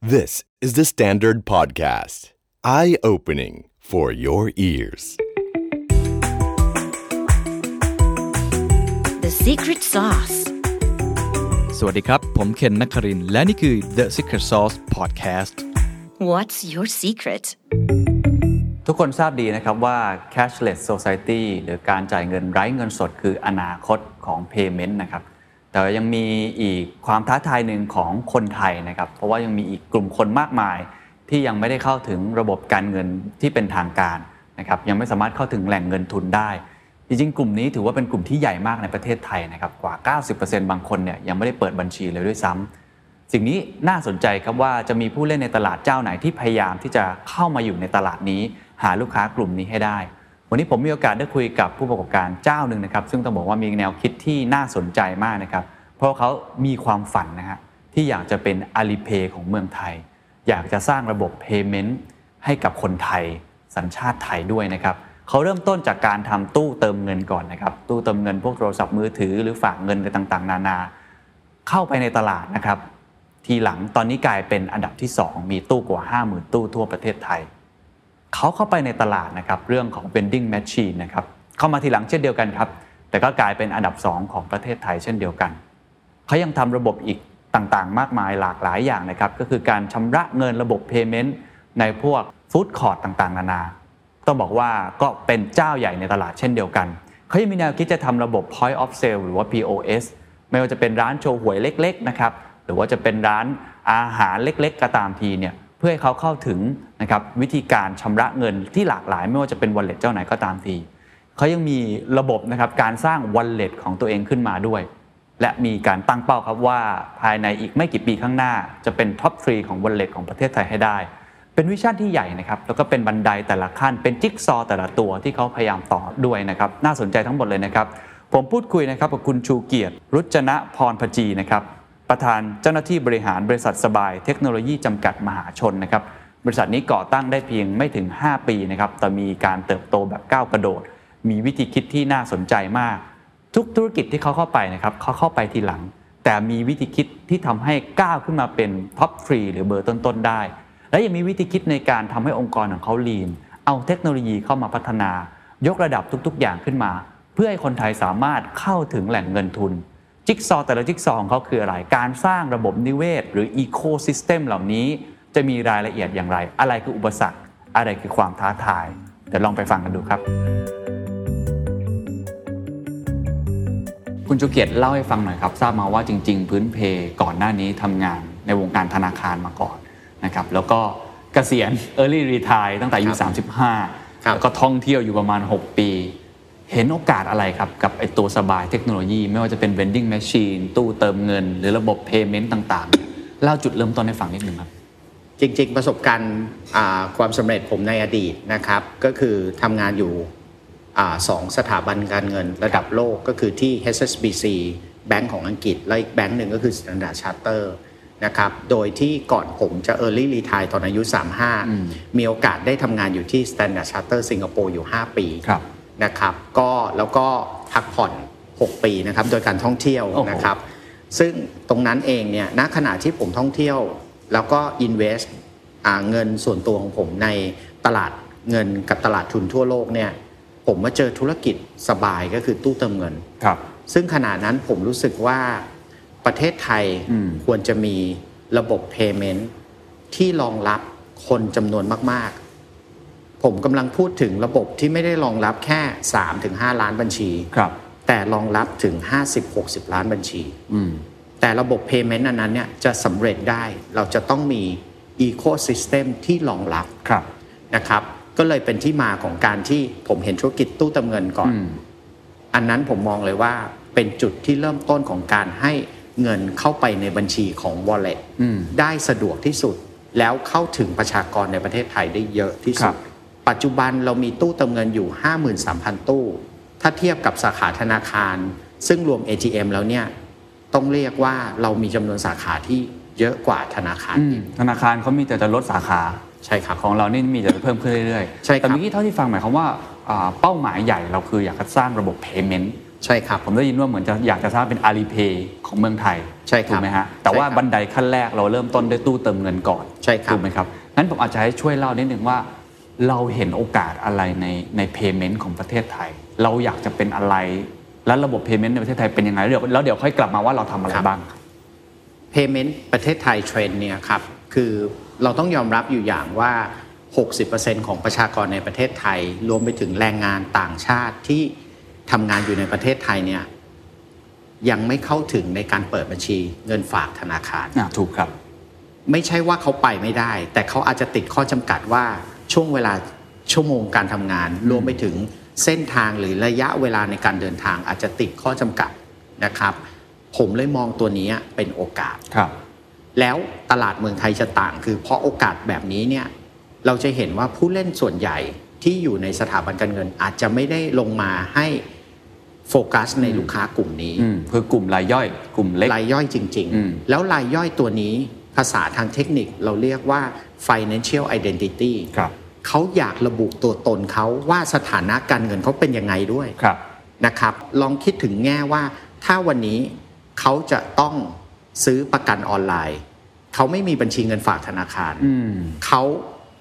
This is the Standard Podcast. Eye opening for your ears. The secret sauce. สวัสดีครับ ผมเคนนักครินทร์และนี่คือ The Secret Sauce Podcast What's your secret? ทุกคนทราบดีนะครับว่า cashless society หรือการจ่ายเงินไร้เงินสดคืออนาคตของ payment นะครับ แต่ว่ายังมีอีกความท้าทายหนึ่งของคนไทยนะครับ เพราะว่ายังมีอีกกลุ่มคนมากมาย ที่ยังไม่ได้เข้าถึงระบบการเงินที่เป็นทางการนะครับ ยังไม่สามารถเข้าถึงแหล่งเงินทุนได้ จริงๆ กลุ่มนี้ถือว่าเป็นกลุ่มที่ใหญ่มากในประเทศไทยนะครับ กว่า 90%บางคนเนี่ยยังไม่ได้เปิดบัญชีเลยด้วยซ้ำ สิ่งนี้น่าสนใจครับว่าจะมีผู้เล่นในตลาดเจ้าไหนที่พยายามที่จะเข้ามาอยู่ในตลาดนี้ หาลูกค้ากลุ่มนี้ให้ได้ วันนี้ผมมีโอกาสได้คุยกับผู้ประกอบการเจ้าหนึ่งนะครับ ซึ่งต้องบอกว่ามีแนวคิดที่น่าสนใจมากนะครับ เพราะเขามีความฝันนะฮะที่อยากจะเป็นอาลีเพย์ของเมืองไทย อยากจะสร้างระบบ Payment ให้กับคนไทย สัญชาติไทยด้วยนะครับเขาเริ่มต้นจากการทำตู้เติมเงินก่อนนะครับตู้เติมเงินพวกโทรศัพท์มือถือหรือฝากเงินอะไรต่างๆ นานา เข้าไปในตลาดนะครับ ทีหลังตอนนี้กลายเป็นอันดับที่ 2 มีตู้กว่า 50,000 ตู้ทั่วประเทศไทย เขาเข้าไปในตลาดนะครับ เรื่องของ vending machine นะครับ เข้ามาทีหลังเช่นเดียวกันครับ แต่ก็กลายเป็นอันดับ 2 ของประเทศไทยเช่นเดียวกัน เขายังทำระบบอีกต่างๆ มากมายหลากหลายอย่างนะครับ ก็คือการชำระเงินระบบ payment ในพวกฟู้ดคอร์ t ต่างๆ นานา ต้องบอกว่าก็เป็นเจ้าใหญ่ในตลาดเช่นเดียวกัน เขายังมีแนวคิดจะทำระบบ point of sale หรือว่า POS ไม่ว่าจะเป็นร้านโชว์หวยเล็ก ๆ นะครับ หรือว่าจะเป็นร้านอาหารเล็ก ๆ ก็ตามทีเนี่ยเพื่อให้เขาเข้าถึงนะครับวิธีการชำระเงินที่หลากหลาย ไม่ว่าจะเป็น wallet เจ้าไหนก็ตามที เขายังมีระบบนะครับการสร้าง wallet ของตัวเองขึ้นมาด้วย และมีการตั้งเป้าครับว่าภายในอีกไม่กี่ปีข้างหน้า จะเป็นท็อปทรีของ wallet ของประเทศไทยให้ได้ เป็นวิชั่นที่ใหญ่นะครับ แล้วก็เป็นบันไดแต่ละขั้น เป็นจิ๊กซอว์แต่ละตัวที่เขาพยายามต่อด้วยนะครับ น่าสนใจทั้งหมดเลยนะครับ ผมพูดคุยนะครับกับคุณชูเกียรติ รุจนะพรพจีนะครับ ประธานเจ้าหน้าที่บริหารบริษัทสบายเทคโนโลยีจำกัดมหาชนนะครับ บริษัทนี้ก่อตั้งได้เพียงไม่ถึง 5 ปีนะครับ แต่มีการเติบโตแบบก้าวกระโดด มีวิธีคิดที่น่าสนใจมาก ทุกธุรกิจที่เขาเข้าไปนะครับเขาเข้าไปทีหลัง แต่มีวิธีคิดที่ทำให้ก้าวขึ้นมาเป็นท็อปทรีหรือเบอร์ต้นๆได้ และยังมีวิธีคิดในการทำให้องค์กรของเขาลีน เอาเทคโนโลยีเข้ามาพัฒนา ยกระดับทุก ๆ อย่างขึ้นมา เพื่อให้คนไทยสามารถเข้าถึงแหล่งเงินทุน จิ๊กซอว์แต่ละจิ๊กซอว์ของเขาคืออะไร การสร้างระบบนิเวศ หรืออีโคซิสเต็มเหล่านี้ จะมีรายละเอียดอย่างไร อะไรคืออุปสรรค อะไรคือความท้าทายเดี๋ยวลองไปฟังกันดูครับ คุณชูเกียรติเล่าให้ฟังหน่อยครับ ทราบมาว่าจริง ๆ พื้นเพก่อนหน้านี้ทำงานในวงการธนาคารมาก่อนนะครับ แล้วก็เกษียณ Early Retire ตั้งแต่อายุ 35 แล้วก็ท่องเที่ยวอยู่ประมาณ 6 ปี เห็นโอกาสอะไรครับ กับไอตัวสบายเทคโนโลยี ไม่ว่าจะเป็น vending machine ตู้เติมเงิน หรือระบบ payment ต่างๆ เล่าจุดเริ่มต้นให้ฟังนิดหนึ่งครับ จริงๆ ประสบการณ์อ่าความสำเร็จผมในอดีตนะครับ ก็คือทำงานอยู่อาสองสถาบันการเงินระดับโลกก็คือที่ HSBC แบงก์ของอังกฤษ และอีกแบงก์หนึ่งก็คือ Standard Charter นะครับ โดยที่ก่อนผมจะ Early Retire ตอนอายุ 35 มีโอกาสได้ทำงานอยู่ที่ Standard Charter สิงคโปร์อยู่ 5 ปี ครับ นะครับก็แล้วก็พักผ่อน 6 ปีนะครับ โดยการท่องเที่ยว โอ้โห นะครับ ซึ่งตรงนั้นเองเนี่ยณขณะที่ผมท่องเที่ยว แล้วก็ invest อ่าเงินส่วนตัวของผมในตลาดเงินกับตลาดทุนทั่วโลกเนี่ยผมมาเจอธุรกิจสบายก็คือตู้เติมเงิน ครับ ซึ่งขณะนั้นผมรู้สึกว่าประเทศไทย อืม ควรจะมีระบบ Payment ที่รองรับคนจำนวนมาก ๆ ผมกำลังพูดถึงระบบที่ไม่ได้รองรับแค่ 3-5 ล้านบัญชี ครับ แต่รองรับถึง 50-60 ล้านบัญชี อืม แต่ระบบ Payment อันนั้นเนี่ยจะสำเร็จได้เราจะต้องมี Ecosystem ที่รองรับ ครับ นะครับ ก็เลยเป็นที่มาของการที่ผมเห็นธุรกิจตู้เติมเงินก่อน อืม อันนั้นผมมองเลยว่าเป็นจุดที่เริ่มต้นของการให้เงินเข้าไปในบัญชีของ Wallet อืม ได้สะดวกที่สุดแล้วเข้าถึงประชากรในประเทศไทยได้เยอะที่ ค สุ รั ด บ ปัจจุบันเรามีตู้เติมเงินอยู่ 53,000 ตู้ ถ้าเทียบกับสาขาธนาคาร ซึ่งรวม ATM แล้วเนี่ย ต้องเรียกว่าเรามีจำนวนสาขาที่เยอะกว่าธนาคาร อืม อีก ธนาคารเขามีแต่จะลดสาขา ใช่ครับ ของเรานี่มีแต่จะเพิ่มขึ้นเรื่อยๆ ใช่ครับ แต่เมื่อกี้เท่าที่ฟังหมายความว่าอ่าเป้าหมายใหญ่เราคืออยากจะสร้างระบบ payment ใช่ครับ ผมได้ยินว่าเหมือนจะอยากจะสร้างเป็น Alipay ของเมืองไทย ใช่ครับ ถูกไหมฮะแต่ว่า ใช่ครับ บันไดขั้นแรกเราเริ่มต้นด้วยตู้เติมเงินก่อน ใช่ครับ ถูกไหมครับนั้นผมอาจจะให้ช่วยเล่านิดนึงว่า เราเห็นโอกาสอะไรในใน payment ของประเทศไทย เราอยากจะเป็นอะไร และระบบ payment ในประเทศไทยเป็นยังไงเดี๋ยวแล้วเดี๋ยวค่อยกลับมาว่าเราทำอะไรบ้าง Payment ประเทศไทยเทรนด์เนี่ยครับคือเราต้องยอมรับอยู่อย่างว่า 60%ของประชากรในประเทศไทย รวมไปถึงแรงงานต่างชาติที่ทำงานอยู่ในประเทศไทยเนี่ยยังไม่เข้าถึงในการเปิดบัญชีเงินฝากธนาคาร อ่ะถูกครับ ไม่ใช่ว่าเขาไปไม่ได้ แต่เขาอาจจะติดข้อจำกัดว่าช่วงเวลาชั่วโมงการทำงาน รวมไปถึงเส้นทางหรือระยะเวลาในการเดินทางอาจจะติดข้อจำกัดนะครับ ผมเลยมองตัวนี้เป็นโอกาส ครับ แล้วตลาดเมืองไทยจะต่างคือเพราะโอกาสแบบนี้เนี่ยเราจะเห็นว่าผู้เล่นส่วนใหญ่ที่อยู่ในสถาบันการเงิน อาจจะไม่ได้ลงมาให้โฟกัสในลูกค้ากลุ่มนี้ อืมคือกลุ่มรายย่อย กลุ่มเล็ก รายย่อยจริง อืม ๆ แล้วรายย่อยตัวนี้ภาษาทางเทคนิคเราเรียกว่า financial identity ครับ เขาอยากระบุตัวตนเขาว่าสถานะการเงินเขาเป็นยังไงด้วย ครับ นะครับ ลองคิดถึงแง่ว่าถ้าวันนี้เขาจะต้องซื้อประกันออนไลน์ เขาไม่มีบัญชีเงินฝากธนาคาร อืม เขา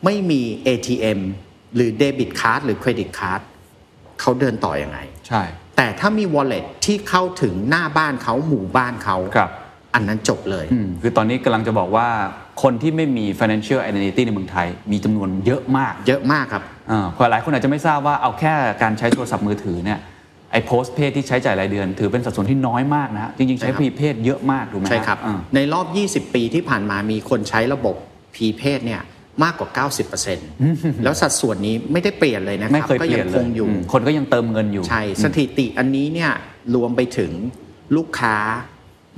ไม่มี ATM หรือเดบิตคาร์ดหรือเครดิตคาร์ดเขาเดินต่ออยังไง ใช่ แต่ถ้ามี wallet ที่เข้าถึงหน้าบ้านเขาหมู่บ้านเขา ครับ อันนั้นจบเลย อืมคือตอนนี้กำลังจะบอกว่าคนที่ไม่มี financial identity ในเมืองไทย มีจำนวนเยอะมาก เยอะมากครับ อ่าเพราะหลายคนอาจจะไม่ทราบว่าเอาแค่การใช้โทรศัพท์มือถือเนี่ยไอ้ post pay ที่ใช้จ่ายรายเดือน ถือเป็นสัดส่วนที่น้อยมากนะฮะจริงๆ ใช้ ใช่ครับ พรีเพดเยอะมากถูกไหมฮะ ใช่ครับ อ่า ในรอบ 20 ปีที่ผ่านมามีคนใช้ระบบพีเพศเนี่ยมากกว่า 90%แล้วสัดส่วนนี้ไม่ได้เปลี่ยนเลยนะค ไม่ รับ เคย ก็ เปลี่ยยันเล ค ย งอยู่ อืมคนก็ยังเติมเงินอยู่ ใช่สถิติอันนี้เนี่ยรวมไปถึงลูกค้า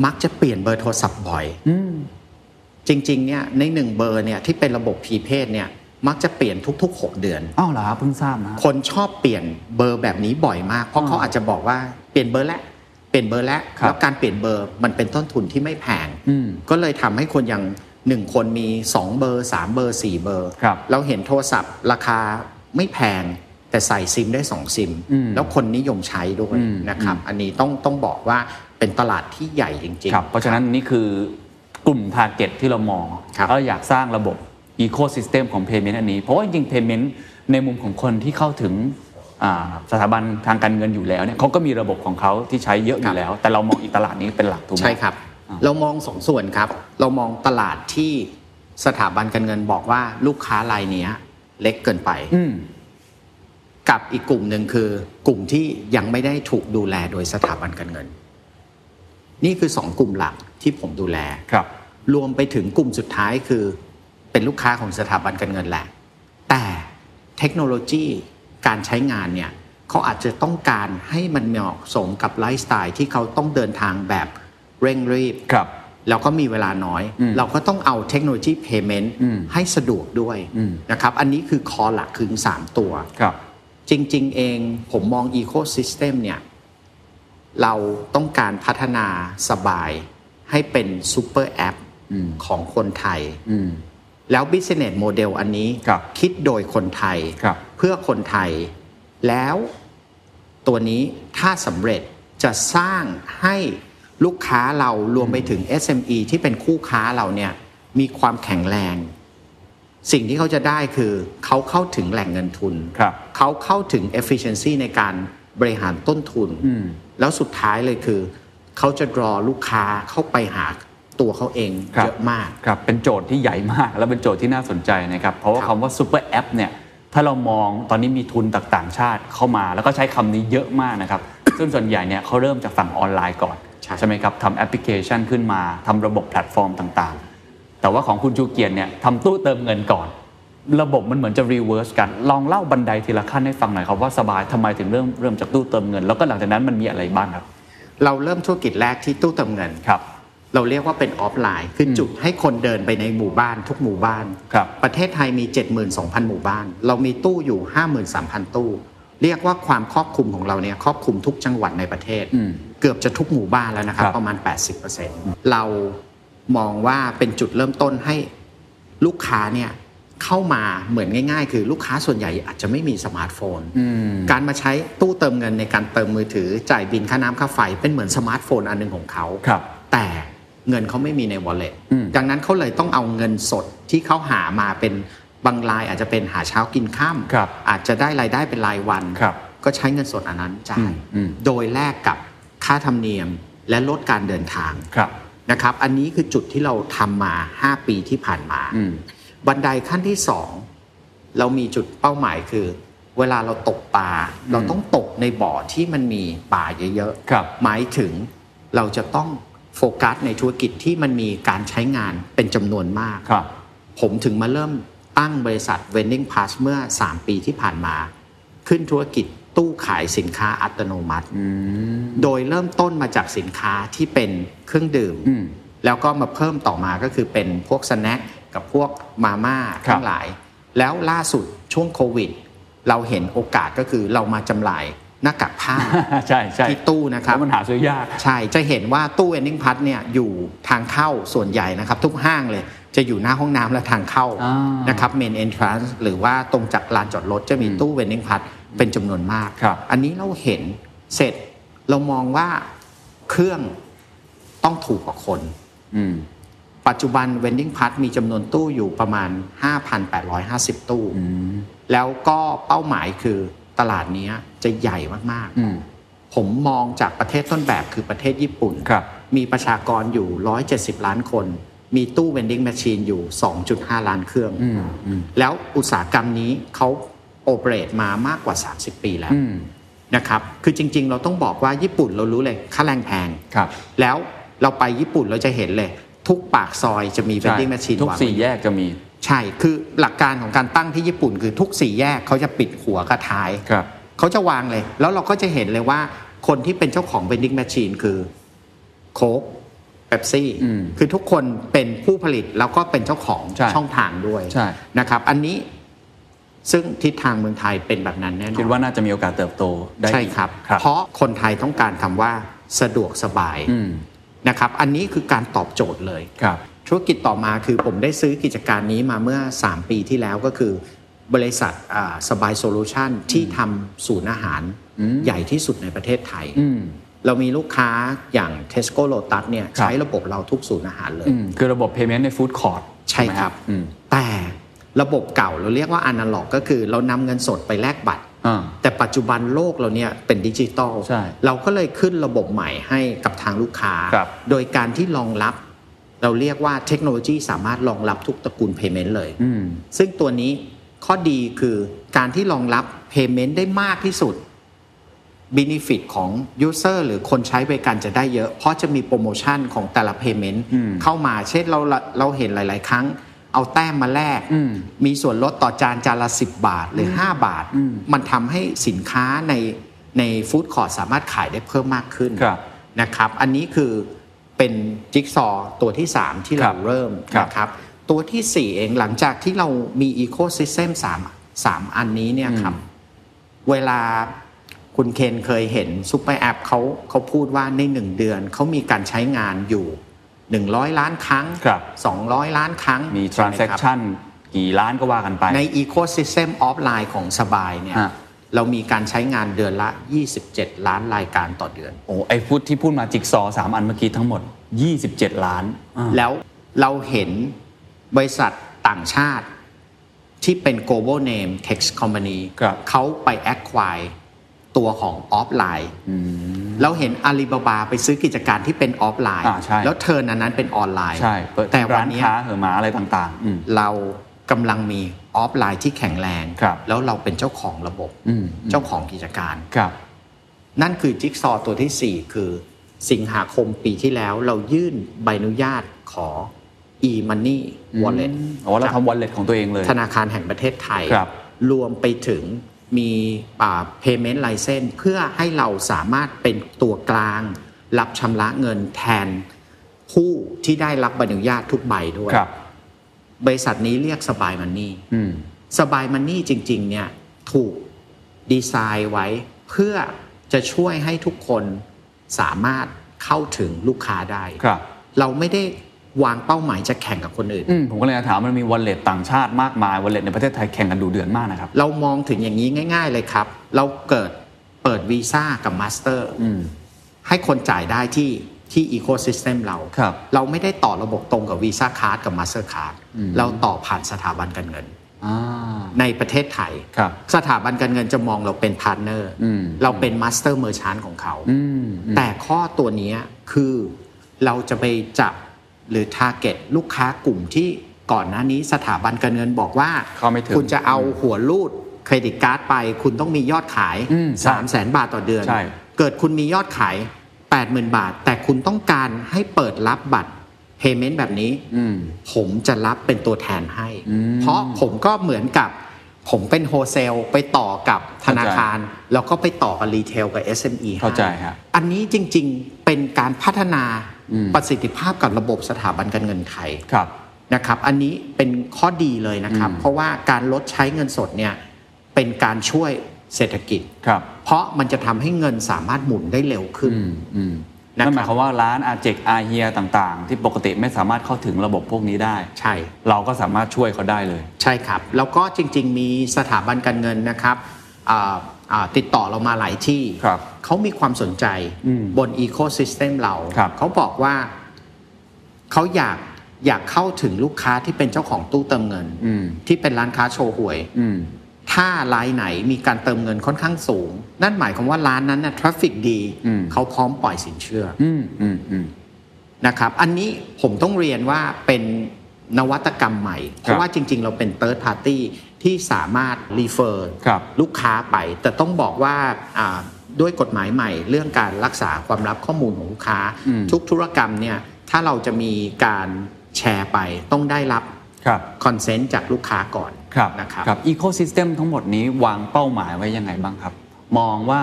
มักจะเปลี่ยนเบอร์โทรศัพท์บ่อย อืม จริงๆเนี่ยในหนึ่งเบอร์เนี่ยที่เป็นระบบพีเพศเนี่ยมักจะเปลี่ยนทุก ๆ 6 เดือน อ้าวเหรอฮะเพิ่งทราบนะฮะ คนชอบเปลี่ยนเบอร์แบบนี้บ่อยมาก เพราะ อ่า เขาอาจจะบอกว่าเปลี่ยนเบอร์แล้วเปลี่ยนเบอร์แล้ว ครับ แล้วการเปลี่ยนเบอร์มันเป็นต้นทุนที่ไม่แพง อืม ก็เลยทำให้คนอย่างหนึ่งคนมี 2 เบอร์ 3 เบอร์ 4 เบอร์ ครับ เราเห็นโทรศัพท์ราคาไม่แพง แต่ใส่ซิมได้ 2 ซิม อืม แล้วคนนิยมใช้ด้วย อืม นะครับ อันนี้ต้องต้องบอกว่าเป็นตลาดที่ใหญ่จริง ครับเพราะฉะนั้นนี่คือกลุ่ม t a r g e t ที่เรามอง ครับ แล้วอยากสร้างระบบ Ecosystem ของ Payment อันนี้ เพราะว่าจริง ๆ Payment ในมุมของคนที่เข้าถึงอ่าสถาบันทางการเงินอยู่แล้วเนี่ยเขาก็มีระบบของเขาที่ใช้เยอะอยู่แล้ว แต่เรามองอีกตลาดนี้เป็นหลักถูกไหม ใช่ครับ อ่า เรามองสองส่วนครับ เรามองตลาดที่สถาบันการเงินบอกว่าลูกค้ารายเนี้ยเล็กเกินไป อืม กับอีกกลุ่มหนึ่งคือกลุ่มที่ยังไม่ได้ถูกดูแลโดยสถาบันการเงิน นี่คือสองกลุ่มหลักที่ผมดูแล ครับ รวมไปถึงกลุ่มสุดท้ายคือเป็นลูกค้าของสถาบันการเงินแหละ แต่เทคโนโลยีการใช้งานเนี่ยเขาอาจจะต้องการให้มันเหมาะสมกับไลฟ์สไตล์ที่เขาต้องเดินทางแบบเร่งรีบ ครับ แล้วก็มีเวลาน้อย อืม เราก็ต้องเอาเทคโนโลยี Payment อืม ให้สะดวกด้วย อืม นะครับ อันนี้คือคอหลักคือสามตัว ครับ จริง ๆ เองผมมอง Ecosystem เนี่ย เราต้องการพัฒนาสบายให้เป็นซูเปอร์แอป อืม ของคนไทย อืม แล้ว Business Model อันนี้ ครับ คิดโดยคนไทย ครับ เพื่อคนไทย แล้วตัวนี้ถ้าสำเร็จจะสร้างให้ลูกค้าเรารวมไปถึง SME ที่เป็นคู่ค้าเราเนี่ยมีความแข็งแรง สิ่งที่เขาจะได้คือเขาเข้าถึงแหล่งเงินทุน ครับ เขาเข้าถึง efficiency ในการบริหารต้นทุน อืม แล้วสุดท้ายเลยคือ เขาจะรอลูกค้าเข้าไปหาตัวเขาเอง ครับ เยอะมาก ครับ เป็นโจทย์ที่ใหญ่มาก และเป็นโจทย์ที่น่าสนใจนะครับ เพราะว่า ค คำ รับ ว่าซูเปอร์แอปเนี่ย ถ้าเรามองตอนนี้มีทุนต่างๆชาติเข้ามา แล้วก็ใช้คำนี้เยอะมากนะครับ ซึ่งส่วนใหญ่เนี่ยเขาเริ่มจากฝั่งออนไลน์ก่อน ใช่ไหมครับทำแอปพลิเคชันขึ้นมาทำระบบแพลตฟอร์มต่างๆ แต่ว่าของคุณชูเกียรติเนี่ยทำตู้เติมเงินก่อน ระบบมันเหมือนจะรีเวิร์สกัน ลองเล่าบันไดทีละขั้นให้ฟังหน่อยครับว่าสบายทำไมถึงเริ่มเริ่มจากตู้เติมเงิน แล้วก็หลังจากนั้นมันมีอะไรบ้างครับ เราเริ่มธุรกิจแรกที่ตู้เติมเงิน ครับ เราเรียกว่าเป็นออฟไลน์ คือจุดให้คนเดินไปในหมู่บ้านทุกหมู่บ้าน ครับ ประเทศไทยมี 72,000 หมู่บ้าน เรามีตู้อยู่ 53,000 ตู้ เรียกว่าความครอบคลุมของเราเนี่ยครอบคลุมทุกจังหวัดในประเทศ อืม เกือบจะทุกหมู่บ้านแล้วนะครับ ครับ ประมาณ 80%เรามองว่าเป็นจุดเริ่มต้นให้ลูกค้าเนี่ย เข้ามาเหมือนง่าย ๆ คือลูกค้าส่วนใหญ่อาจจะไม่มีสมาร์ทโฟน อืม การมาใช้ตู้เติมเงินในการเติมมือถือจ่ายบินค่าน้ำค่าไฟเป็นเหมือนสมาร์ทโฟนอันหนึงของเขา ครับ แต่เงินเขาไม่มีใน wallet อืม ดังนั้นเขาเลยต้องเอาเงินสดที่เขาหามาเป็นบางรายอาจจะเป็นหาเช้ากินข้าม ครับ อาจจะได้รายได้เป็นรายวัน ครับ ก็ใช้เงินสดอันนั้นจ่า อื ย มอืม โดยแลกกับค่าธรรมเนียมและลดการเดินทาง ครับ นะครับ อันนี้คือจุดที่เราทำมา 5 ปีที่ผ่านมา อืม บันไดขั้นที่สองเรามีจุดเป้าหมายคือ เวลาเราตกปลาเราต้องตกในบ่อที่มันมีปลาเยอะ ครับ หมายถึงเราจะต้องโฟกัสในธุรกิจที่มันมีการใช้งานเป็นจำนวนมาก ครับ ผมถึงมาเริ่มตั้งบริษัท Vending Pass เมื่อ 3 ปีที่ผ่านมา ขึ้นธุรกิจตู้ขายสินค้าอัตโนมัติ อืม โดยเริ่มต้นมาจากสินค้าที่เป็นเครื่องดื่ม อืม แล้วก็มาเพิ่มต่อมาก็คือเป็นพวกสแน็คกับพวกมาม่า ครับ ทั้งหลาย แล้วล่าสุดช่วงโควิด เราเห็นโอกาสก็คือเรามาจำหน่ายหน้ากากผ้า ใช่ใช่ ที่ตู้นะครับ เพามันหาซื้อยาก ใช่ จะเห็นว่าตู้ Ending p a s เนี่ยอยู่ทางเข้าส่วนใหญ่นะครับ ทุกห้างเลยจะอยู่หน้าห้องน้ำและทางเข้า อ่าน นะครับ Main Entrance หรือว่าตรงจากลานจอดรถจะมีตู้ Ending p a s เป็นจำนวนมาก ครับ อันนี้เราเห็นเสร็จเรามองว่าเครื่องต้องถูกกว่าคน อืม ปัจจุบัน Vending p a s มีจำนวนตู้อยู่ประมาณ 5,850 ตู้ อืม แล้วก็เป้าหมายคือตลาดเนี้ยจะใหญ่มาก อืม ๆ ผมมองจากประเทศต้นแบบคือประเทศญี่ปุ่น ครับ มีประชากรอยู่ 170 ล้านคน มีตู้ vending machine อยู่ 2.5 ล้านเครื่อง อืม อืม แล้วอุตสาหกรรมนี้เขาโอเปเรตมามากกว่า 30 ปีแล้ว อืม นะครับ คือจริง ๆ เราต้องบอกว่าญี่ปุ่นเรารู้เลย ค่าแรงแพง ครับ แล้วเราไปญี่ปุ่นเราจะเห็นเลย ทุกปากซอยจะมี ใช่ vending machine ทุก วาง สี่แยกจะมี ใช่ คือหลักการของการตั้งที่ญี่ปุ่นคือทุกสี่แยกเขาจะปิดหัวกระท้าย ครับ เขาจะวางเลย แล้วเราก็จะเห็นเลยว่าคนที่เป็นเจ้าของ vending machine คือโค้กเบปซี่ อืม คือทุกคนเป็นผู้ผลิตแล้วก็เป็นเจ้าของ ใช่ ช่องทางด้วย ใช่ นะครับ อันนี้ซึ่งทิศทางเมืองไทยเป็นแบบนั้นแน่นอน คิดว่าน่าจะมีโอกาสเติบโตได้ ใช่ อีก ครับ ครับ เพราะคนไทยต้องการคำว่าสะดวกสบาย อืม นะครับ อันนี้คือการตอบโจทย์เลย ครับ ธุรกิจต่อมาคือผมได้ซื้อกิจการนี้มาเมื่อ 3 ปีที่แล้วก็คือบริษัทอ่าสบายโซลูชันที่ทำศูนย์อาหาร อืม ใหญ่ที่สุดในประเทศไทย อืม เรามีลูกค้าอย่าง Tesco Lotus เนี่ย ครับ ใช้ระบบเราทุกศูนย์อาหารเลย อืม คือระบบ payment ใน food court ใช่ ไหม ครับ อืม แต่ระบบเก่าเราเรียกว่าอนาล็อกก็คือเรานำเงินสดไปแลกบัตร อ่า แต่ปัจจุบันโลกเราเนี่ยเป็นดิจิตอล ใช่ เราก็เลยขึ้นระบบใหม่ให้กับทางลูกค้า ครับ โดยการที่รองรับ เราเรียกว่าเทคโนโลยีสามารถรองรับทุกตระกูล Payment เลย อืม ซึ่งตัวนี้ข้อดีคือการที่รองรับ Payment ได้มากที่สุด Benefit ของ User หรือคนใช้บริการจะได้เยอะ เพราะจะมีโปรโมชั่นของแต่ละ Payment อืม เข้ามาเช่นเราเราเห็นหลาย ๆ ครั้ง เอาแต้มมาแลก อืม มีส่วนลดต่อจานจานละ 10 บาทหรือ 5 บาท อืม มันทำให้สินค้าในในฟู้ดคอร์ทสามารถขายได้เพิ่มมากขึ้น ครับ นะครับ อันนี้คือเป็นจิ๊กซอว์ตัวที่ 3 ที่ ครั เรา บ เริ่ม ครับ นะครับ ตัวทีสี่ 4 เองหลังจากที่เรามี Ecosystem 3 3 อันนี้เนี่ยครับ เวลาคุณเคนเคยเห็นซุปเปอร์แอปเขาเขาพูดว่าในหนึ่งเดือนเขามีการใช้งานอยู่ 100 ล้านครั้ง ครับ 200 ล้านครั้ง มี ใช่ไหครับ transaction กี่ล้านก็ว่ากันไป ใน Ecosystem Offline ของสบายเนี่ย ฮะ เรามีการใช้งานเดือนละ 27 ล้านรายการต่อเดือน โอ้ไอ้พูดที่พูดมาจิกซอว์สามอันเมื่อกี้ทั้งหมด 27 ล้านอ่า แล้วเราเห็นบริษัทต่างชาติที่เป็น global name tech company ครับ เขาไป acquire ตัวของออฟไลน์ อืม เราเห็นอาลีบาบาไปซื้อกิจการที่เป็นออฟไลน์ อ่าใช่ แล้วเทิร์นอันนั้นเป็นออนไลน์ ใช่เปิด แต่วั ร้าน น เนี้ย ค้าเหอะหมาอะไรต่าง ๆ อืม เรากำลังมีออฟไลน์ที่แข็งแรง ครับ แล้วเราเป็นเจ้าของระบบ อืมอืม เจ้าของกิจการ ครับ นั่นคือจิ๊กซอว์ตัวทีสี่ 4 คือสิงหาคมปีที่แล้วเรายื่นใบอนุญาตขอ e-money wallet อ๋อเราทำ wallet ของตัวเองเลย ธนาคารแห่งประเทศไทย ครับ รวมไปถึงมีอ่า payment license เพื่อให้เราสามารถเป็นตัวกลาง รับชำระเงินแทนผู้ที่ได้รับใบอนุญาตทุกใบด้วย ครับ บริษัทนี้เรียกสบายมันนี่ อืม สบายมันนี่จริง ๆ เนี่ย ถูกดีไซน์ไว้ เพื่อจะช่วยให้ทุกคนสามารถเข้าถึงลูกค้าได้ ครับ เราไม่ได้ วางเป้าหมายจะแข่งกับคนอื่น อืมผมก็เลยจะถามมันมีวอลเล็ตต่างชาติมากมายวอลเล็ตในประเทศไทยแข่งกันดูเดือดมากนะครับ เรามองถึงอย่างนี้ง่าย ๆ เลยครับ เราเกิดเปิดวีซ่ากับมาสเตอร์ อืม ให้คนจ่ายได้ที่ที่อีโคซิสเต็มเรา ครับ เราไม่ได้ต่อระบบตรงกับวีซ่าค r d กับมาสเตอร์คเราต่อผ่านสถาบันการเงิน อ่า ในประเทศไทย ครับ สถาบันการเงินจะมองเราเป็นพาร์ทเนอร์ อืม เราเป็นมาสเตอร์เมอร์ชานของเขา อืมอืม แต่ข้อตัวเนี้ยคือเราจะไปจับหรือทาร์เก็ตลูกค้ากลุ่มที่ก่อนหน้านี้สถาบันการเงินบอกว่า เข้าไม่ถึง คุณจะเอาหัวรูดเครดิตการ์ดไป คุณต้องมียอดขาย อืมใช่ 3 0 0แสนบาทต่อเดือน ใช่ เกิดคุณมียอดขาย 80,000 บาท แต่คุณต้องการให้เปิดรับบัตร Payment แบบนี้ อืม ผมจะรับเป็นตัวแทนให้ อืม เพราะผมก็เหมือนกับผมเป็นโฮเซลไปต่อกับธนาคาร แล้วก็ไปต่อกับรีเทลกับ SME ห้ เข้าใจฮะ อันนี้จริงๆเป็นการพัฒนา อืม ประสิทธิภาพกับระบบสถาบันการเงินไทย ครับ นะครับ อันนี้เป็นข้อดีเลยนะครับ อืม เพราะว่าการลดใช้เงินสดเนี่ยเป็นการช่วยเศรษฐกิจ ครับ เพราะมันจะทำให้เงินสามารถหมุนได้เร็วขึ้น อืมอืม นะ นั่ ครับ นหมายความว่าร้านอาเจกอาเฮียต่างๆ ที่ปกติไม่สามารถเข้าถึงระบบพวกนี้ได้ ใช่ เราก็สามารถช่วยเขาได้เลย ใช่ครับ แล้วก็จริงๆ มีสถาบันการเงินนะครับอ่าอ่าติดต่อเรามาหลายที่ ครับ เขามีความสนใจ อืม บนอีโค y ิสเต็มเรา ครับ เขาบอกว่าเขาอยากอยากเข้าถึงลูกค้าที่เป็นเจ้าของตู้เติมเงิน อืม ที่เป็นร้านค้าโชว์หวย อืม ถ้ารายไหนมีการเติมเงินค่อนข้างสูง นั่นหมายความว่าร้านนั้นนะทราฟิกดี อืม เขาพร้อมปล่อยสินเชื่อ อืมอืมอืม นะครับ อันนี้ผมต้องเรียนว่าเป็นนวัตกรรมใหม่ เพราะว่าจริง ๆ เราเป็น third party ที่สามารถ refer ครับ ลูกค้าไป แต่ต้องบอกว่าอ่าด้วยกฎหมายใหม่ เรื่องการรักษาความลับข้อมูลของลูกค้า อืม ทุกธุรกรรมเนี่ยถ้าเราจะมีการแชร์ไป ต้องได้รับ ครับ consent จากลูกค้าก่อน ครับ นะครับ ครับอีโคซิสเต็มทั้งหมดนี้วางเป้าหมายไว้ยังไงบ้างครับ มองว่า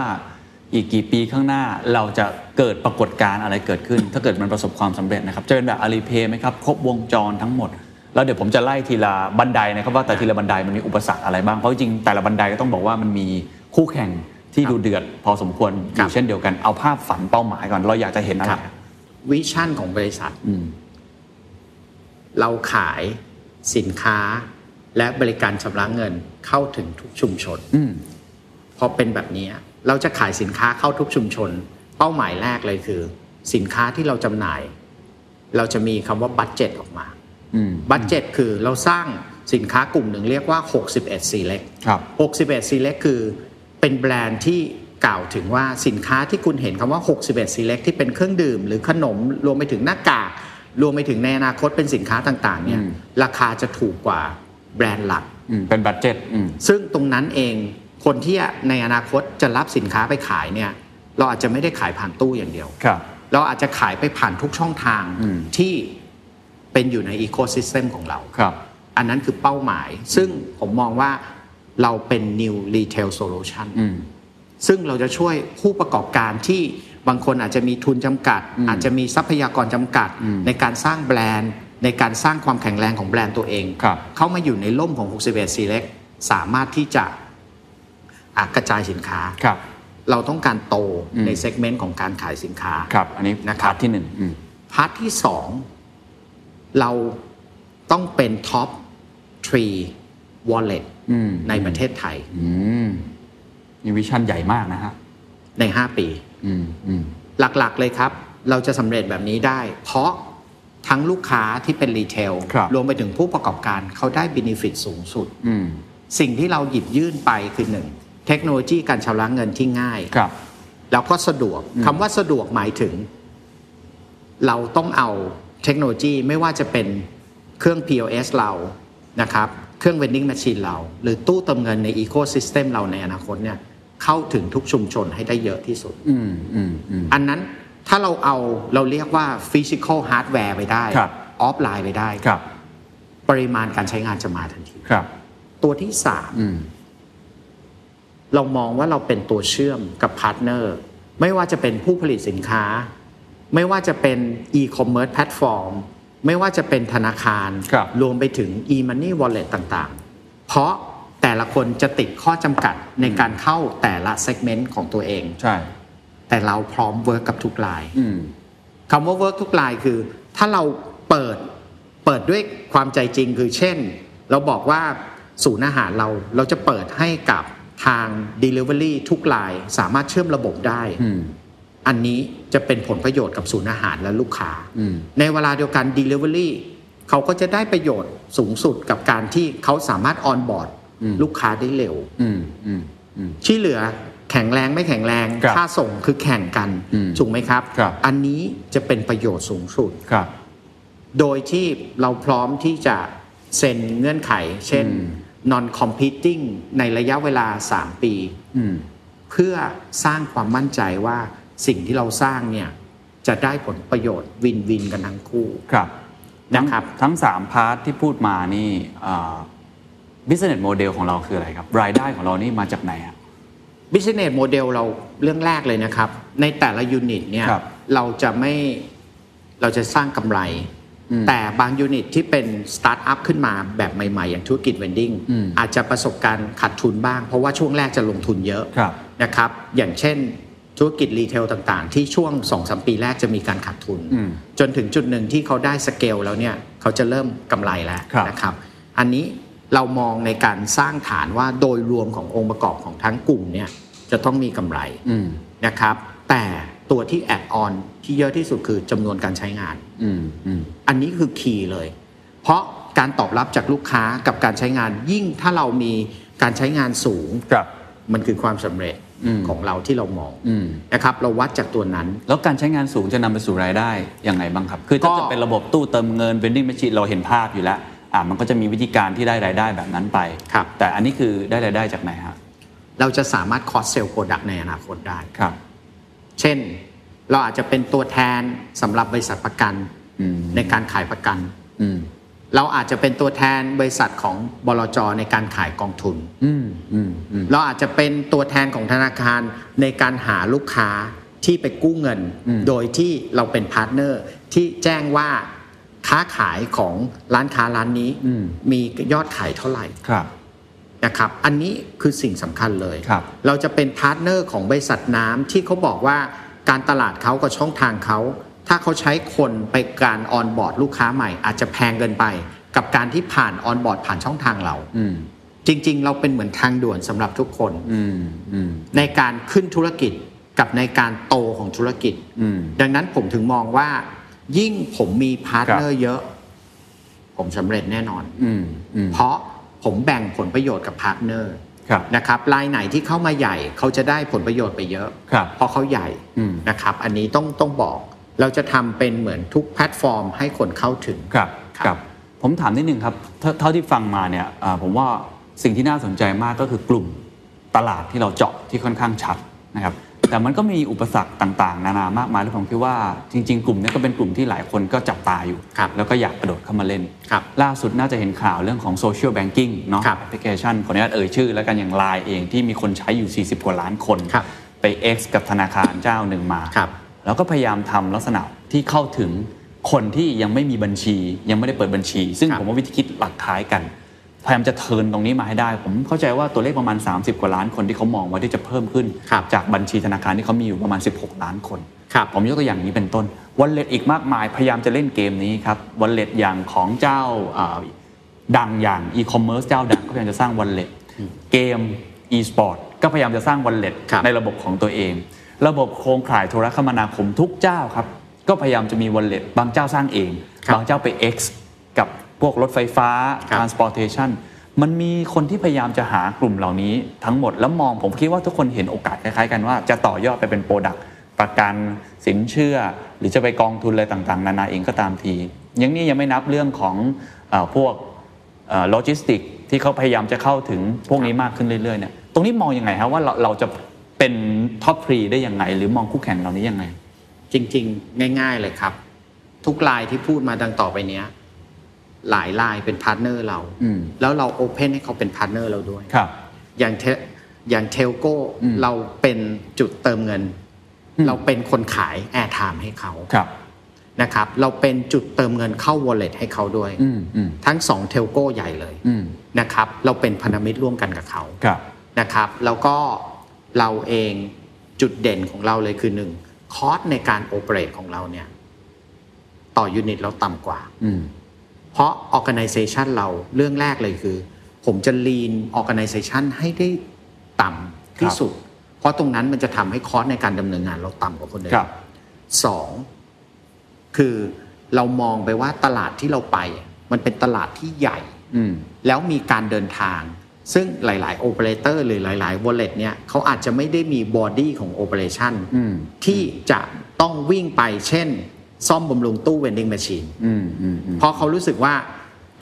อีกกี่ปีข้างหน้าเราจะเกิดปรากฏการณ์อะไรเกิดขึ้น ถ้าเกิดมันประสบความสำเร็จนะครับ จะเป็นแบบอาลีเพย์ไหมครับ ครบวงจรทั้งหมด แล้วเดี๋ยวผมจะไล่ทีละบันไดนะครับว่าแต่ทีละบันไดมันมีอุปสรรคอะไรบ้าง เพราะจริงๆแต่ละบันไดก็ต้องบอกว่ามันมีคู่แข่งที่ดูเดือด พอสมควรอ ครั ยู่ บ เช่นเดียวกันเอาภาพฝันเป้าหมายก่อนเราอยากจะเห็นอะไรครับ วิชั่นของบริษัท อืม เราขายสินค้า และบริการชำระเงินเข้าถึงทุกชุมชน อืม พอเป็นแบบนี้เราจะขายสินค้าเข้าทุกชุมชน เป้าหมายแรกเลยคือ สินค้าที่เราจำหน่าย เราจะมีคำว่าบัตเจ็ตออกมา อืม บัตเจ็ตคือเราสร้างสินค้ากลุ่มหนึ่งเรียกว่า 61 select ครับ 61 select คือเป็นแบรนด์ที่กล่าวถึงว่าสินค้าที่คุณเห็นคำว่า 61 select ที่เป็นเครื่องดื่ม หรือขนมรวมไปถึงหน้ากาก รวมไปถึงในอนาคตเป็นสินค้าต่างๆเนี่ย อืม ราคาจะถูกกว่าแบรนด์หลัก อืมเป็นบัตเจ็ตอืม ซึ่งตรงนั้นเองคนที่ในอนาคตจะรับสินค้าไปขายเนี่ยเราอาจจะไม่ได้ขายผ่านตู้อย่างเดียว ครับ เราอาจจะขายไปผ่านทุกช่องทาง อืม ที่เป็นอยู่ในอีโค y ิสเ m ของเรา ครับ อันนั้นคือเป้าหมาย ซึ่งผมมองว่าเราเป็น new retail solution อืม ซึ่งเราจะช่วยผู้ประกอบการที่บางคนอาจจะมีทุนจำกัด อืม อาจจะมีทรัพยากรจำกัด อืม ในการสร้างแบรนด์ ในการสร้างความแข็งแรงของแบรนด์ตัวเอง ครับ เข้ามาอยู่ในร่มของ 61 Select สามารถที่จะอ่ะกระจายสินค้า เราต้องการโต อืม ในเซกเมนต์ของการขายสินค้า ครับ อันนี้ นะครับ พาร์ทที่หนึ่งอืม พาร์ทที่สองเราต้องเป็นท็อปทรีวอลเล็ต อืม ในประเทศไทย อืมนี่วิชั่นใหญ่มากนะฮะ ใน 5 ปี อืมอืม หลักๆเลยครับ เราจะสำเร็จแบบนี้ได้ เพราะทั้งลูกค้าที่เป็นรีเทล ครับ วมไปถึงผู้ประกอบการเขาได้บินิฟิตสูงสุด อืม สิ่งที่เราหยิบยื่นไปคือหนึ่งเทคโนโลยีการชำระเงินที่ง่าย ครับ แล้วก็สะดวกคำว่าสะดวกหมายถึง เราต้องเอาเทคโนโลยีไม่ว่าจะเป็นเครื่อง POS เรานะครับ เครื่อง vending machine เรา หรือตู้เติมเงินใน ecosystem เราในอนาคตเนี่ยเข้าถึงทุกชุมชนให้ได้เยอะที่สุด อืมอืมอืม อันนั้นถ้าเราเอาเราเรียกว่า physical hardware ไปได้ ครับ ออฟไลน์ไปได้ ครับ ปริมาณการใช้งานจะมาทันที ครับ ตัวที่สาม อืม เรามองว่าเราเป็นตัวเชื่อมกับพาร์ทเนอร์ไม่ว่าจะเป็นผู้ผลิตสินค้า ไม่ว่าจะเป็น e-commerce platform ไม่ว่าจะเป็นธนาคาร ครับ รวมไปถึง e-money wallet ต่างๆ เพราะแต่ละคนจะติดข้อจำกัดในการเข้าแต่ละ segment ของตัวเอง ใช่ แต่เราพร้อมเวิร์กกับทุกราย อืม คำว่า work ทุกลายคือ ถ้าเรา เปิดเปิดด้วยความใจจริงคือเช่น เราบอกว่าศูนย์อาหารเราเราจะเปิดให้กับทาง Delivery ทุกรายสามารถเชื่อมระบบได้ อืม อันนี้จะเป็นผลประโยชน์กับศูนย์อาหารและลูกค้า อืม ในเวลาเดียวกัน Delivery เขาก็จะได้ประโยชน์สูงสุดกับการที่เขาสามารถออนบอร์ดลูกค้าได้เร็ว อืมอืมอืม ที่เหลือแข็งแรงไม่แข็งแรง ครับ ค่าส่งคือแข่งกัน อืม ถูกไหมครับ ครับ อันนี้จะเป็นประโยชน์สูงสุด ครับ โดยที่เราพร้อมที่จะเซ็นเงื่อนไข เช่น non competing ในระยะเวลา 3 ปี อืม เพื่อสร้างความมั่นใจว่าสิ่งที่เราสร้างเนี่ย จะได้ผลประโยชน์วินวินกันทั้งคู่ ครับ นะครับ ทั้งทั้งสามพาร์ทที่พูดมานี่อ่า business model ของเราคืออะไรครับ รายได้ของเรานี่มาจากไหนฮะ business model เราเรื่องแรกเลยนะครับ ในแต่ละยูนิตเนี่ย ครับ เราจะไม่เราจะสร้างกำไร อืม แต่บางยูนิตที่เป็นสตาร์ทอัพขึ้นมาแบบใหม่ ๆ อย่างธุรกิจเวนดิ้ง อืม อาจจะประสบการณ์ขาดทุนบ้าง เพราะว่าช่วงแรกจะลงทุนเยอะ ครับ นะครับ อย่างเช่นธุรกิจรีเทลต่างๆ ที่ช่วง 2-3 ปีแรกจะมีการขาดทุน อืม จนถึงจุดหนึ่งที่เขาได้สเกลแล้วเนี่ยเขาจะเริ่มกำไรแล้ว ครับ นะครับ อันนี้เรามองในการสร้างฐานว่าโดยรวมขององค์ประกอบของทั้งกลุ่มเนี่ยจะต้องมีกำไร อืม นะครับ แต่ตัวที่แอดออนที่เยอะที่สุดคือจำนวนการใช้งาน อืมอืม อันนี้คือคีย์เลย เพราะการตอบรับจากลูกค้ากับการใช้งานยิ่งถ้าเรามีการใช้งานสูง ครับ มันคือความสำเร็จ อืม ของเราที่เรามอง อืม นะครับ เราวัดจากตัวนั้น แล้วการใช้งานสูงจะนำไปสู่รายได้ยังไงบ้างครับ คือถ้า ก็ จะเป็นระบบตู้เติมเงิน vending machine เราเห็นภาพอยู่แล้ว อ่า มันก็จะมีวิธีการที่ได้รายได้แบบนั้นไป ครับ แต่อันนี้คือได้รายได้จากไหนฮะ เราจะสามารถคอสเซลโปรดักต์ในอนาคตได้ ครับ เช่น เราอาจจะเป็นตัวแทนสำหรับบริษัทประกัน อืม ในการขายประกัน อืม เราอาจจะเป็นตัวแทนบริษัทของบลจในการขายกองทุน อืม อืม อืม เราอาจจะเป็นตัวแทนของธนาคารในการหาลูกค้าที่ไปกู้เงิน อืม โดยที่เราเป็นพาร์ทเนอร์ที่แจ้งว่าค้าขายของร้านค้าร้านนี้มียอดขายเท่าไหร่ ครับ นะครับอันนี้คือสิ่งสำคัญเลย ครับ เราจะเป็นพาร์ทเนอร์ของบริษัทน้ำที่เขาบอกว่าการตลาดเขากับช่องทางเขา ถ้าเขาใช้คนไปการออนบอร์ดลูกค้าใหม่ อาจจะแพงเกินไป กับการที่ผ่านออนบอร์ดผ่านช่องทางเรา อืม จริงๆ เราเป็นเหมือนทางด่วนสำหรับทุกคน อืม อืม ในการขึ้นธุรกิจกับในการโตของธุรกิจ อืม ดังนั้นผมถึงมองว่า ยิ่งผมมีพาร์ทเนอร์เยอะ ผมสำเร็จแน่นอน อืม อืม เพราะผมแบ่งผลประโยชน์กับพาร์ทเนอร์ ครับ นะครับรายไหนที่เข้ามาใหญ่เขาจะได้ผลประโยชน์ไปเยอะ ครับ เพราะเขาใหญ่ อืม นะครับ อันนี้ต้องต้องบอก เราจะทำเป็นเหมือนทุกแพลตฟอร์มให้คนเข้าถึง ครับ ครับ ครับ ผมถามนิดนึงครับเท่าเท่าที่ฟังมาเนี่ยอ่าผมว่าสิ่งที่น่าสนใจมากก็คือกลุ่มตลาดที่เราเจาะที่ค่อนข้างชัดนะครับ แต่มันก็มีอุปสรรคต่างๆ นานามากมายที่ผมคิดว่าจริง ๆ กลุ่มเนี้ก็เป็นกลุ่มที่หลายคนก็จับตาอยู่ ครับ แล้วก็อยากกระโดดเข้ามาเล่น ครับ ล่าสุดน่าจะเห็นข่าวเรื่องของโซเชียลแบงกิ้งเนาะ ครับ แอปพลิเคชันขออนุญาตเอ่ยชื่อ แล้วกันอย่างไลน์เองที่มีคนใช้อยู่ 40 กว่าล้านคน ครับ ไป X กับธนาคารเจ้าหนึ่งมา ครับ แล้วก็พยายามทำลักษณะที่เข้าถึงคนที่ยังไม่มีบัญชี ยังไม่ได้เปิดบัญชี ซึ่ง ครับ ผมว่าวิธีคิดหลักคล้ายกัน พยายามจะเทิร์นตรงนี้มาให้ได้ ผมเข้าใจว่าตัวเลขประมาณ 30 กว่าล้านคนที่เขามองว่าที่จะเพิ่มขึ้น ครับ จากบัญชีธนาคารที่เขามีอยู่ประมาณ 16 ล้านคน ครับ ผมยกตัวอย่างนี้เป็นต้นวอลเล็ตอีกมากมาย พยายามจะเล่นเกมนี้ครับวอลเล็ตอย่างของเจ้าอ่าดังอย่างอีคอมเมิร์ซเจ้าดังก็พยายามจะสร้างวอลเล็ตเกมอีสปอร์ตก็พยายามจะสร้างวอลเล็ต ครับ ในระบบของตัวเอง ระบบโครงข่ายโทรคมนาคมทุกเจ้าครับ ก็พยายามจะมีวอลเล็ตบางเจ้าสร้างเอง ครับ บางเจ้าไป X กับพวกรถไฟฟ้า ครับ transportation มันมีคนที่พยายามจะหากลุ่มเหล่านี้ทั้งหมดแล้วมองผมคิดว่าทุกคนเห็นโอกาสคล้ายๆกันว่าจะต่อยอดไปเป็นโปรดักประกันสินเชื่อ หรือจะไปกองทุนอะไรต่างๆ นานาเองก็ตามที ยังนี่ยังไม่นับเรื่องของเออพวกโลจิสติกที่เขาพยายามจะเข้าถึงพวกนี้มากขึ้นเรื่อยๆเนี่ยตรงนี้มองยังไงครับว่าเราเราจะเป็นท็อปทรีได้ยังไง หรือมองคู่แข่งเหล่านี้ยังไง จริงๆ ง่าย ๆ เลยครับ ทุกรายที่พูดมาดังต่อไปเนี้ย หลายรายเป็นพาร์ทเนอร์เรา อืม แล้วเราโอเพนให้เขาเป็นพาร์ทเนอร์เราด้วย ครับ อย่างเทอย่างเทลโก้ อืม เราเป็นจุดเติมเงิน อืม เราเป็นคนขายแอร์ไทม์ให้เขา ครับ นะครับ เราเป็นจุดเติมเงินเข้าวอลเล็ตให้เขาด้วย อืมอืม ทั้ง 2 เทลโก้ใหญ่เลย อืม นะครับ เราเป็นพันธมิตรร่วมกันกับเขา ครับ นะครับ แล้วก็เราเองจุดเด่นของเราเลยคือหนึ่งคอสในการโอเปเรตของเราเนี่ย ต่อยูนิตเราต่ำกว่า อืม เพราะ organization เราเรื่องแรกเลยคือ ผมจะ lean organization ให้ได้ต่ำที่สุด เพราะตรงนั้นมันจะทำให้คอสในการดำเนินงานเราต่ำกว่าคนอื่น ครับ สอง คือเรามองไปว่าตลาดที่เราไป มันเป็นตลาดที่ใหญ่ อืม แล้วมีการเดินทาง ซึ่งหลาย ๆ operator หรือหลาย ๆ wallet เนี่ยเขาอาจจะไม่ได้มี body ของ operation อืม ที่จะต้องวิ่งไปเช่น ซ่อมบำรุงตู้ vending machine อืมอืมอืม เพราะเขารู้สึกว่า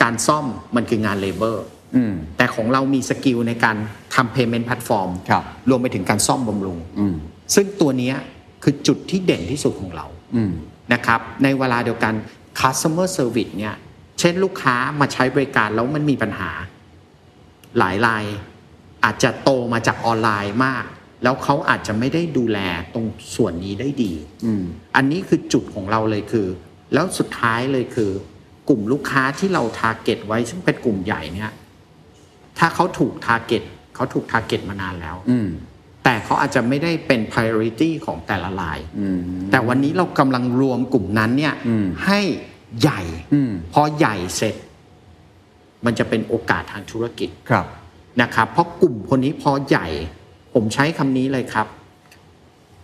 การซ่อมมันคืองานเลเบอร์ อืม แต่ของเรามีสกิลในการทำ payment platform ครับ รวมไปถึงการซ่อมบำรุง อืม ซึ่งตัวเนี้ยคือจุดที่เด่นที่สุดของเรา อืม นะครับในเวลาเดียวกัน customer service เนี่ยเช่นลูกค้ามาใช้บริการแล้วมันมีปัญหา หลายรายอาจจะโตมาจากออนไลน์มาก แล้วเขาอาจจะไม่ได้ดูแลตรงส่วนนี้ได้ดี อืม อันนี้คือจุดของเราเลยคือ แล้วสุดท้ายเลยคือกลุ่มลูกค้าที่เราทาร์เก็ตไว้ซึ่งเป็นกลุ่มใหญ่เนี่ยถ้าเขาถูกทาร์เก็ตเขาถูกทาร์เก็ตมานานแล้ว อืม แต่เขาอาจจะไม่ได้เป็น priority ของแต่ละราย อืม แต่วันนี้เรากำลังรวมกลุ่มนั้นเนี่ย อืม ให้ใหญ่ อืม พอใหญ่เสร็จ มันจะเป็นโอกาสทางธุรกิจ ครับ นะครับเพราะกลุ่มคนนี้พอใหญ่ ผมใช้คำนี้เลยครับ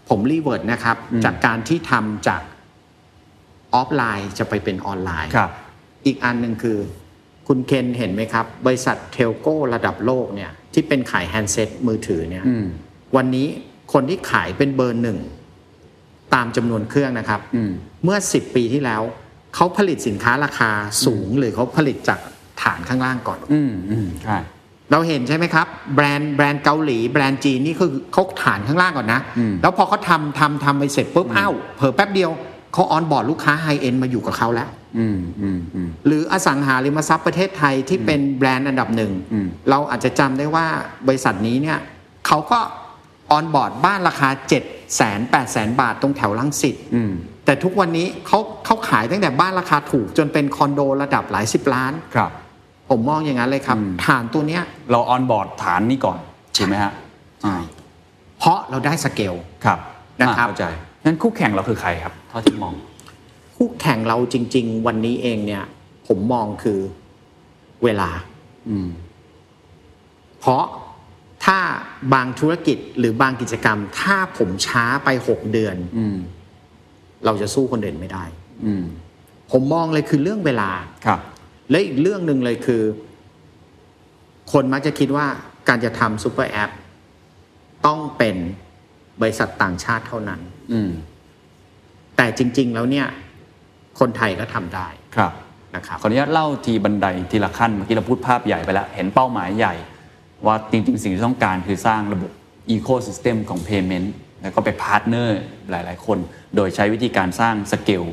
ผมรีเวิร์ดนะครับ อืม จากการที่ทำจากออฟไลน์จะไปเป็นออนไลน์ ครับ อีกอันหนึ่งคือ คุณเคนเห็นไหมครับ บริษัทเทลโก้ระดับโลกเนี่ย ที่เป็นขายแฮนด์เซ็ตมือถือเนี่ย อืม วันนี้คนที่ขายเป็นเบอร์หนึ่ง ตามจำนวนเครื่องนะครับ อืม เมื่อ 10 ปีที่แล้ว เขาผลิตสินค้าราคาสูง หรือเขาผลิตจากฐานข้างล่างก่อน อืมอืมใช่ เราเห็นใช่ไหมครับ แบรนด์แบรนด์เกาหลี แบรนด์จีนนี่คือเขาฐานข้างล่างก่อนนะ อืม แล้วพอเขาทำทำทำไปเสร็จปุ๊บอ้าวเผลอแป๊บเดียวเขาออนบอร์ดลูกค้าไฮเอ็นมาอยู่กับเขาแล้ว อืมอืมอืม หรืออสังหาริมทรัพย์ประเทศไทยที่เป็นแบรนด์อันดับหนึ่ง อืม เราอาจจะจำได้ว่าบริษัทนี้เนี่ยเขาก็ออนบอร์ดบ้านราคา 7 0 0 0 0 8 0 0 0 บาทตรงแถวลังสิต อืม แต่ทุกวันนี้เขาเขาขายตั้งแต่บ้านราคาถูกจนเป็นคอนโดระดับหลายสิบล้าน ครับ ผมมองอย่างนั้นเลยครับ อืม ฐานตัวเนี้ย เราออนบอร์ดฐานนี้ก่อนถูกไหมฮะอ่า เพราะเราได้สเกล ครับ นะครับ อ่าเข้าใจงั้นคู่แข่งเราคือใครครับเท่าที่มอง คู่แข่งเราจริง ๆ วันนี้เองเนี่ย ผมมองคือเวลา อืม เพราะถ้าบางธุรกิจหรือบางกิจกรรม ถ้าผมช้าไป 6 เดือน อืม เราจะสู้คนอื่นไม่ได้ อืม ผมมองเลยคือเรื่องเวลา ครับ และอีกเรื่องหนึ่งเลยคือ คนมักจะคิดว่าการจะทำซูเปอร์แอป ต้องเป็นบริษัทต่างชาติเท่านั้น อืม แต่จริง ๆ แล้วเนี่ย คนไทยก็ทำได้ ครับ นะครับ ขออนุญาตเล่าทีบันไดทีละขั้นเมื่อกี้เราพูดภาพใหญ่ไปแล้ว เห็นเป้าหมายใหญ่ ว่าจริงๆ สิ่งที่ต้องการคือสร้างระบบ Ecosystem ของ Payment แล้วก็ไปพาร์ทเนอร์หลายๆ คน โดยใช้วิธีการสร้างสเกล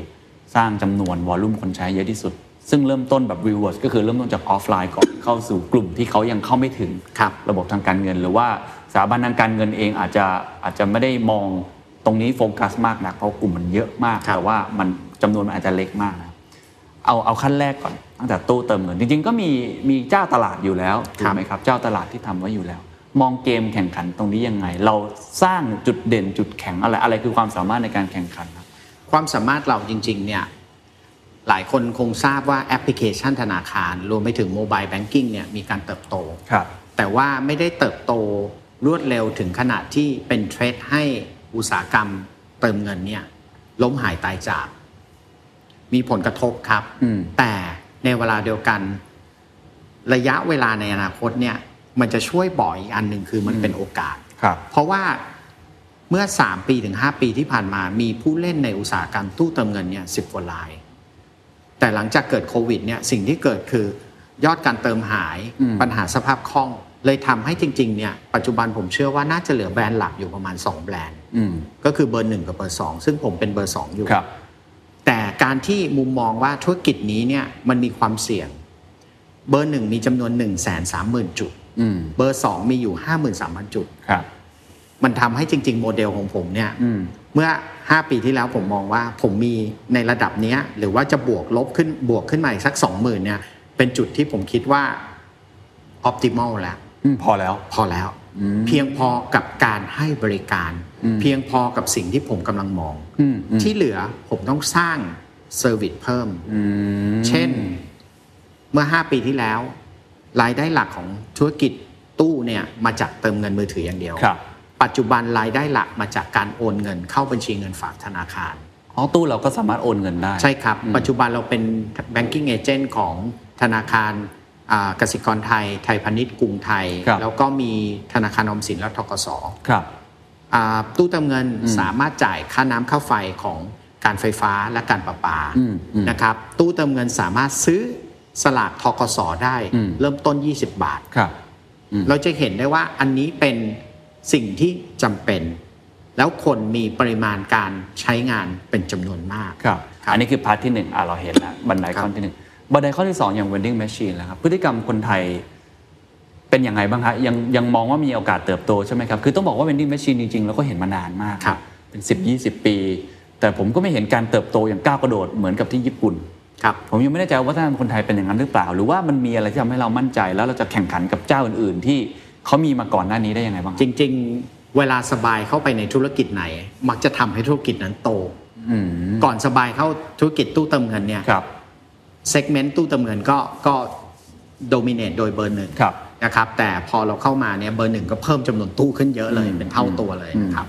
สร้างจำนวนวอลลุ่มคนใช้เยอะที่สุด ซึ่งเริ่มต้นแบบ r e w a r d ก็คือเริ่มต้นจากออฟไลน์ก่อนเข้าสู่กลุ่มที่เขายังเข้าไม่ถึง ครับ ระบบทางการเงินหรือว่าสถาบันทางการเงินเองอาจจะอาจจะไม่ได้มองตรงนี้โฟกัสมากนักเพราะกลุ่มมันเยอะมาก ครับ แต่ว่ามันจำนวนมันอาจจะเล็กมากนะครับ เอาเอาขั้นแรกก่อนตั้งแต่ตู้เติมเงิน จริง ๆ ก็มีมีเจ้าตลาดอยู่แล้วถู ครั ก บ ไหมครับ เจ้าตลาดที่ทำไว้อยู่แล้ว มองเกมแข่งขันตรงนี้ยังไง เราสร้างจุดเด่นจุดแข็งอะไรอะไรคือความสามารถในการแข่งขันครับ ความสามารถเราจริง ๆ เนี่ย หลายคนคงทราบว่าแอปพลิเคชันธนาคาร รวมไปถึงโมบายแบงกิ้งเนี่ยมีการเติบโต ครับ แต่ว่าไม่ได้เติบโตรวดเร็วถึงขนาดที่เป็นเทรดให้อุตสาหกรรมเติมเงินเนี่ยล้มหายตายจาก มีผลกระทบครับ อืม แต่ในเวลาเดียวกัน ระยะเวลาในอนาคตเนี่ย มันจะช่วยบอกอีกอันหนึ่งคือมันเป็นโอกาส ครับ เพราะว่าเมื่อ 3 ปีถึง 5 ปีที่ผ่านมา มีผู้เล่นในอุตสาหกรรมตู้เติมเงินเนี่ยสิกว่าราย แต่หลังจากเกิดโควิดเนี่ยสิ่งที่เกิดคือยอดการเติมหาย อืม ปัญหาสภาพคล่อง เลยทำให้จริงๆเนี่ยปัจจุบันผมเชื่อว่าน่าจะเหลือแบรนด์หลักอยู่ประมาณ 2 แบรนด์ อืม ก็คือเบอร์ 1 กับเบอร์ 2 ซึ่งผมเป็นเบอร์ 2 อยู่ ครับ แต่การที่มุมมองว่าธุรกิจนี้เนี่ยมันมีความเสี่ยง เบอร์หนึ่งมีจำนวน1นึ่งแสนสามหมื่นจุด อืม เบอร์สองมีอยู่ห้าหมื่นสามพันจุด ครับ มันทำให้จริง ๆ โมเดลของผมเนี่ย อืม เมื่อ 5 ปีที่แล้วผมมองว่าผมมีในระดับเนี้ย หรือว่าจะบวกลบขึ้นบวกขึ้นมาอีกสัก 20,000เนี่ย เป็นจุดที่ผมคิดว่า optimal แล้ว อืมพอแล้ว พอแล้ว เพียงพอกับการให้บริการ เพียงพอกับสิ่งที่ผมกำลังมอง อืมอืม ที่เหลือผมต้องสร้าง เซอร์วิสเพิ่ม เช่นเมื่อ 5 ปีที่แล้ว รายได้หลักของธุรกิจตู้เนี่ยมาจากเติมเงินมือถืออย่างเดียว ครับ ปัจจุบันรายได้หลักมาจากการโอนเงินเข้าบัญชีเงินฝากธนาคาร ของตู้เราก็สามารถโอนเงินได้ ใช่ครับ ปัจจุบันเราเป็น banking agent ของธนาคารอ่ากสิกรไทย ไทยพาณิชย์กรุงไทย ครับ แล้วก็มีธนาคารออมสินและทกส ครับ อ่าตู้เติมเงินสามารถจ่ายค่าน้ำค่าไฟของการไฟฟ้าและการประปา อืมอืม นะครับ ตู้เติมเงินสามารถซื้อสลากทกสได้ อืม เริ่มต้น 20 บาท ครับ เราจะเห็นได้ว่าอันนี้เป็นสิ่งที่จำเป็น แล้วคนมีปริมาณการใช้งานเป็นจำนวนมาก ครับ ครับ อันนี้คือพาร์ทที่หนึ่งอ่ะเราเห็นแล้ว บันได ครั ข้อบ ที่หนึ่งบันไดข้อที่สองอย่าง vending machine แล้วครับ พฤติกรรมคนไทยเป็นยังไงบ้างคะยังยังมองว่ามีโอกาสเติบโตใช่ไหมครับ คือต้องบอกว่า vending machine จริงๆเราก็เห็นมานานมาก ครับ เป็น 10 20 ปี แต่ผมก็ไม่เห็นการเติบโตอย่างก้าวกระโดดเหมือนกับที่ญี่ปุ่น ครับ ผมยังไม่แน่ใจว่าถ้าคนไทยเป็นอย่างนั้นหรือเปล่า หรือว่ามันมีอะไรที่ทำให้เรามั่นใจแล้วเราจะแข่งขันกับเจ้าอื่นๆ ที่เขามีมาก่อนหน้านี้ได้ยังไงบ้าง จริงๆ เวลาสบายเข้าไปในธุรกิจไหน มักจะทำให้ธุรกิจนั้นโต อืม ก่อนสบายเข้าธุรกิจตู้เติมเงินเนี่ย ครับ เซกเมนต์ตู้เติมเงินก็ก็โดมิเนตโดยเบอร์หนึ่ง ครับ นะครับ แต่พอเราเข้ามาเนี่ยเบอร์หนึ่งก็เพิ่มจำนวนตู้ขึ้นเยอะเลย อืม เป็นเท่าตัวเลยนะครับ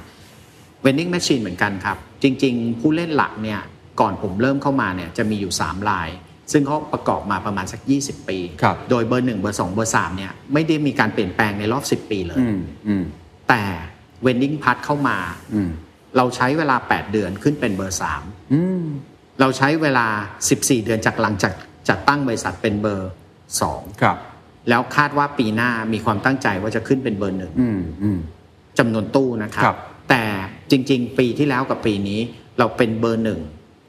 เวนดิ้งแมชชีนเหมือนกันครับ จริงๆ ผู้เล่นหลักเนี่ยก่อนผมเริ่มเข้ามาเนี่ยจะมีอยู่ 3 ลาย ซึ่งเขาประกอบมาประมาณสัก 20 ปี ครับ โดยเบอร์หนึ่งเบอร์สองเบอร์สามเนี่ยไม่ได้มีการเปลี่ยนแปลงในรอบ 10 ปีเลย อืมอืม แต่เวนดิ้งพัทเข้ามา อืม เราใช้เวลา 8 เดือนขึ้นเป็นเบอร์ 3 อืม เราใช้เวลา 14 เดือนจากหลังจากจัดตั้งบริษัทเป็นเบอร์ ครับ 2 แล้วคาดว่าปีหน้ามีความตั้งใจว่าจะขึ้นเป็นเบอร์หนึ่ง อืมอืม จำนวนตู้นะครั ครับ บ แต่จริงๆ ปีที่แล้วกับปีนี้เราเป็นเบอร์หนึ่ง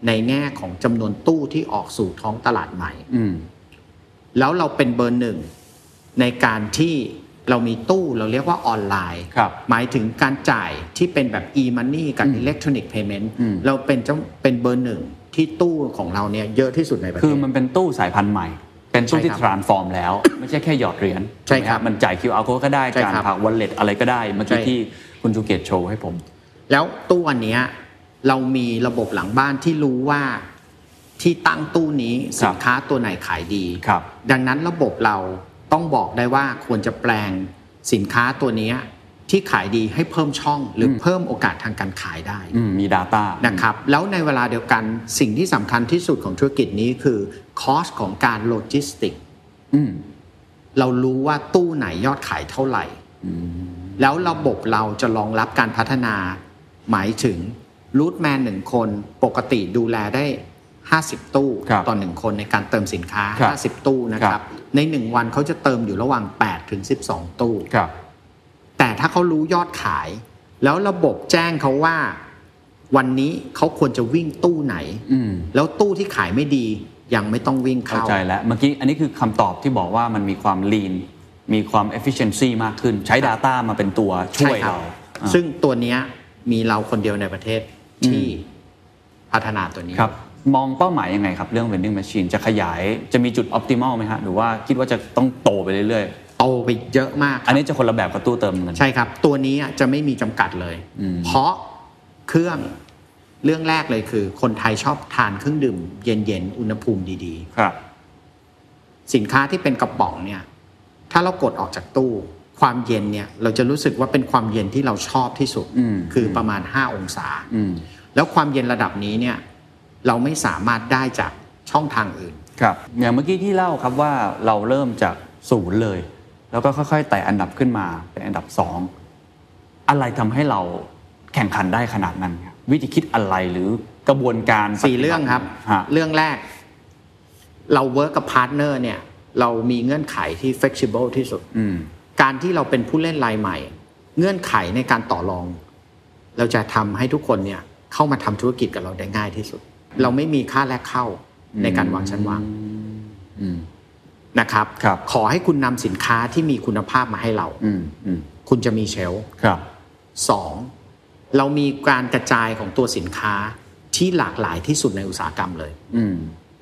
ในแง่ของจำนวนตู้ที่ออกสู่ท้องตลาดใหม่ อืม แล้วเราเป็นเบอร์หนึ่งในการที่เรามีตู้เราเรียกว่าออนไลน์ ครับ หมายถึงการจ่ายที่เป็นแบบ e-money กับ อืม electronic payment อืม เราเป็นเจ้าเป็นเบอร์หนึ่งที่ตู้ของเราเนี่ยเยอะที่สุดในประเทศ คือมันเป็นตู้สายพันธุ์ใหม่ เป็นตู้ที่ ใช่ครับ transform แล้ว ไม่ใช่แค่หยอดเหรียญ ใช่ครับ ถูกไหมมันจ่าย QR code ก็ได้ ใช่ กา ค ร รับ ผ่าน wallet อะไรก็ได้ เมื่อกี้ ใช่ ที่คุณชูเกียรติโชว์ให้ผม แล้วตู้อันเนี้ยเรามีระบบหลังบ้านที่รู้ว่าที่ตั้งตู้นี้สินค้าตัวไหนขายดี ครับ ดังนั้นระบบเราต้องบอกได้ว่าควรจะแปลงสินค้าตัวเนี้ยที่ขายดีให้เพิ่มช่องหรืออเพิ่มโอกาสทางการขายได้ อืมมี data นะครับแล้วในเวลาเดียวกันสิ่งที่สำคัญที่สุดของธุรกิจนี้คือคอสของการโลจิสติก อืม เรารู้ว่าตู้ไหนยอดขายเท่าไหร่ แล้วระบบเราจะรองรับการพัฒนา หมายถึงรูทแมนหนึ่งคนปกติดูแลได้ 50 ตู้ ครับ ต่อหนึ่งคนในการเติมสินค้า ครับ 50 ตู้นะคครั รับ บ ใน 1 วันเขาจะเติมอยู่ระหว่าง 8 ถึง 12 ตู้ ครับ แต่ถ้าเขารู้ยอดขาย แล้วระบบแจ้งเขาว่า วันนี้เขาควรจะวิ่งตู้ไหน อืม แล้วตู้ที่ขายไม่ดียังไม่ต้องวิ่ง เข้า เข้า ใจแล้ว เมื่อกี้อันนี้คือคำตอบที่บอกว่ามันมีความ lean มีความ efficiency มากขึ้น ใช้ data มาเป็นตัวช่ ใช่ วย ครั เราอ่า ซึ่งตัวเนี้ยมีเราคนเดียวในประเทศที่ อืม พัฒนาตัวนี้ ครับ มองเป้าหมายยังไงครับ เรื่อง vending machine จะขยายจะมีจุด optimal ไหมฮะหรือว่าคิดว่าจะต้องโตไปเรื่อยๆ โตไปเยอะมาก อันนี้จะคนละแบบกับตู้เติมเงิน ใช่ครับ ตัวนี้อ่ะจะไม่มีจำกัดเลย เพราะเครื่องเรื่องแรกเลยคือ คนไทยชอบทานเครื่องดื่มเย็นๆ อุณหภูมิดี ครับ ๆ สินค้าที่เป็นกระป๋องเนี่ย ถ้าเรากดออกจากตู้ ความเย็นเนี่ยเราจะรู้สึกว่าเป็นความเย็นที่เราชอบที่สุด อืม คือประมาณ 5 องศา อืม แล้วความเย็นระดับนี้เนี่ยเราไม่สามารถได้จากช่องทางอื่น ครับ อย่างเมื่อกี้ที่เล่าครับว่าเราเริ่มจากศูนย์เลย แล้วก็ค่อยๆไต่อันดับขึ้นมาเป็นอันดับสองอะไรทำให้เราแข่งขันได้ขนาดนั้นครับวิธีคิดอะไรหรือกระบวนการปฏิ สี่ ติ เรื่องครับ ฮะ เรื่องแรก เราเวิร์กกับพาร์ทเนอร์เนี่ย เรามีเงื่อนไขที่ flexible ที่สุด อืม การที่เราเป็นผู้เล่นรายใหม่ เงื่อนไขในการต่อรอง เราจะทำให้ทุกคนเนี่ย เข้ามาทำธุรกิจกับเราได้ง่ายที่สุด เราไม่มีค่าแลกเข้าในการวางชั้นวาง อืม นะครับ ครับ ขอให้คุณนำสินค้าที่มีคุณภาพมาให้เรา อืมอืม คุณจะมีเชลฟ์ ครับ สองเรามีการกระจายของตัวสินค้าที่หลากหลายที่สุดในอุตสาหกรรมเลย อืม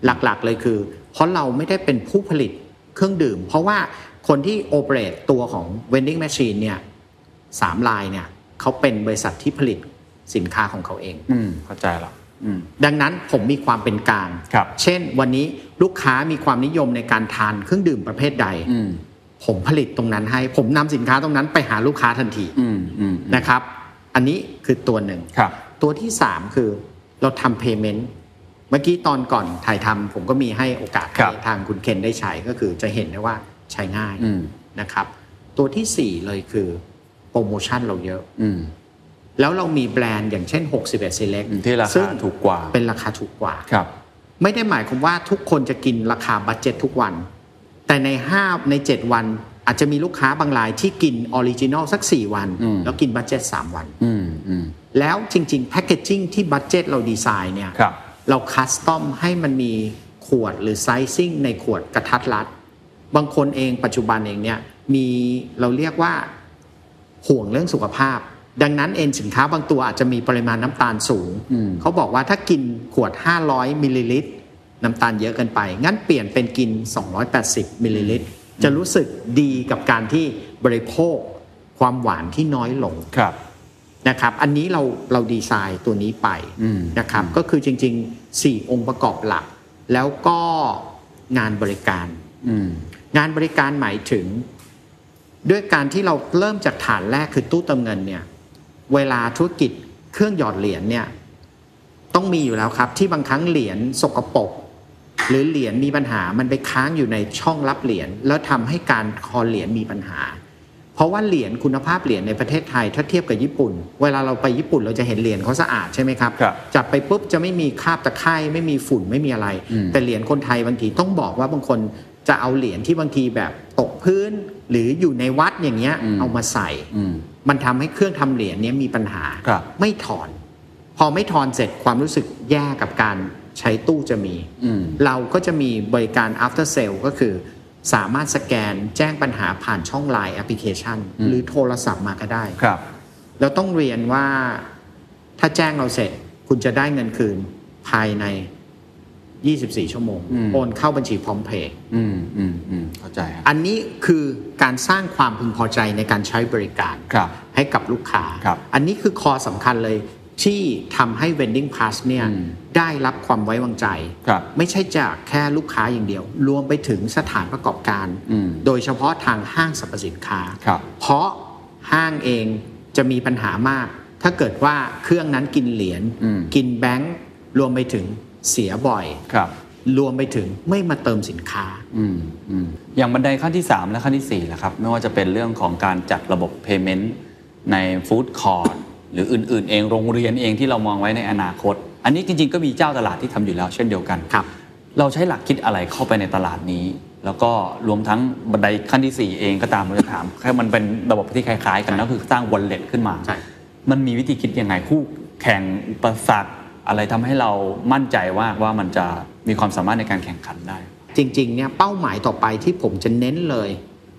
หลักๆเลยคือ เพราะเราไม่ได้เป็นผู้ผลิตเครื่องดื่ม เพราะว่าคนที่โอเปเรตตัวของ vending machine เนี่ยสามลายเนี่ยเขาเป็นบริษัทที่ผลิตสินค้าของเขาเอง อืมเข้าใจละ อืม ดังนั้นผมมีความเป็นกลาง ครับ เช่น วันนี้ลูกค้ามีความนิยมในการทานเครื่องดื่มประเภทใด อืม ผมผลิตตรงนั้นให้ ผมนำสินค้าตรงนั้นไปหาลูกค้าทันที อืมอืมอืม นะครับ อันนี้คือตัวหนึ่ง ครับ ตัวที่ 3 คือเราทำ payment เมื่อกี้ตอนก่อนถ่ายทำผมก็มีให้โอกาส ครับ ให้ทางคุณเคนได้ใช้ก็คือจะเห็นได้ว่าใช้ง่าย อืม นะครับ ตัวทีสี่4 เลยคือโปรโมชั่นเราเยอะ อืม แล้วเรามีแบรนด์อย่างเช่น 61 Select อืมที่ราคา ซึ่ง ถูกกว่า เป็นราคาถูกกว่า ครับ ไม่ได้หมายความว่าทุกคนจะกินราคาบัตเจ็ตทุกวัน แต่ใน 5 ใน 7 วันอาจจะมีลูกค้าบางรายที่กินออริจินอลสัก 4 วัน อืม แล้วกินบัตเจ็ต3วัน อืมอืม แล้วจริงๆแพคเกจจิ้งที่บัตเจ็ตเราดีไซน์เนี่ย ครับ เราคัสตอมให้มันมีขวดหรือไซซิ่งในขวดกระทัดรัด บางคนเองปัจจุบันเองเนี่ยมีเราเรียกว่าห่วงเรื่องสุขภาพ ดังนั้นเองสินค้าบางตัวอาจจะมีปริมาณน้ำตาลสูง อืม เขาบอกว่าถ้ากินขวด 500มิลลิลิตรน้ำตาลเยอะเกินไป งั้นเปลี่ยนเป็นกิน 280มิลลิลิตรจะรู้สึกดีกับการที่บริโภคความหวานที่น้อยลง ครับ นะครับอันนี้เราเราดีไซน์ตัวนี้ไป อืม นะครับก็คือจริงๆ 4 องค์ประกอบหลัก แล้วก็งานบริการ อืม งานบริการหมายถึง ด้วยการที่เราเริ่มจากฐานแรกคือตู้เติมเงินเนี่ยเวลาธุรกิจเครื่องหยอดเหรียญเนี่ยต้องมีอยู่แล้วครับ ที่บางครั้งเหรียญสกปรกหรือเหรียญมีปัญหามันไปค้างอยู่ในช่องรับเหรียญแล้วทำให้การคอเหรียญมีปัญหา เพราะว่าเหรียญคุณภาพเหรียญในประเทศไทยถ้าเทียบกับญี่ปุ่น เวลาเราไปญี่ปุ่นเราจะเห็นเหรียญเขาสะอาดใช่ไหมครับ ครับ จับไปปุ๊บจะไม่มีคราบตะไคร่ไม่มีฝุ่นไม่มีอะไร อืม แต่เหรียญคนไทยบางทีต้องบอกว่าบางคนจะเอาเหรียญที่บางทีแบบตกพื้น หรืออยู่ในวัดอย่างเงี้ยเอามาใส่ อืม มันทำให้เครื่องทำเหรียญเนี้ยมีปัญหา ครับ ไม่ถอน พอไม่ถอนเสร็จความรู้สึกแย่กับการใช้ตู้จะมี อืม เราก็จะมีบริการ after sale ก็คือ สามารถสแกนแจ้งปัญหาผ่านช่อง Line Application อืม หรือโทรศัพท์มาก็ได้ ครับ แล้วต้องเรียนว่าถ้าแจ้งเราเสร็จ คุณจะได้เงินคืนภายใน 24 ชั่วโมง อืม โอนเข้าบัญชีพร้อมเพย์ อืมอืมอืมเข้าใจครับ อันนี้คือการสร้างความพึงพอใจในการใช้บริการ ครับ ให้กับลูกค้า ครับ อันนี้คือคอสำคัญเลยที่ทำให้ Vending Pass เนี่ย อืม ได้รับความไว้วางใจ ครับ ไม่ใช่จากแค่ลูกค้าอย่างเดียว รวมไปถึงสถานประกอบการ อืม โดยเฉพาะทางห้างสรรพสินค้า ครับ เพราะห้างเองจะมีปัญหามาก ถ้าเกิดว่าเครื่องนั้นกินเหรียญ อืม กินแบงค์รวมไปถึงเสียบ่อย ครับ รวมไปถึงไม่มาเติมสินค้า อืมอืมอย่างบันไดขั้นที่ 3 และขั้นทีสี่4นะครับ ไม่ว่าจะเป็นเรื่องของการจัดระบบ Payment ในฟู้ดคอร์ t หรืออื่น ๆ เองโรงเรียนเองที่เรามองไว้ในอนาคต อันนี้จริง ๆ ก็มีเจ้าตลาดที่ทำอยู่แล้วเช่นเดียวกัน ครับ เราใช้หลักคิดอะไรเข้าไปในตลาดนี้ แล้วก็รวมทั้งบันไดขั้นทีสี่ 4 เองก็ตามเราจะถามแค่มันเป็นระบบที่คล้าย ๆ กันนั่นคือสร้างวอลเล็ตขึ้นมา ใช่ มันมีวิธีคิดยังไงคู่แข่งอุปสรรคอะไรทำให้เรามั่นใจว่าว่ามันจะมีความสามารถในการแข่งขันได้ จริงๆ เนี่ยเป้าหมายต่อไปที่ผมจะเน้นเลย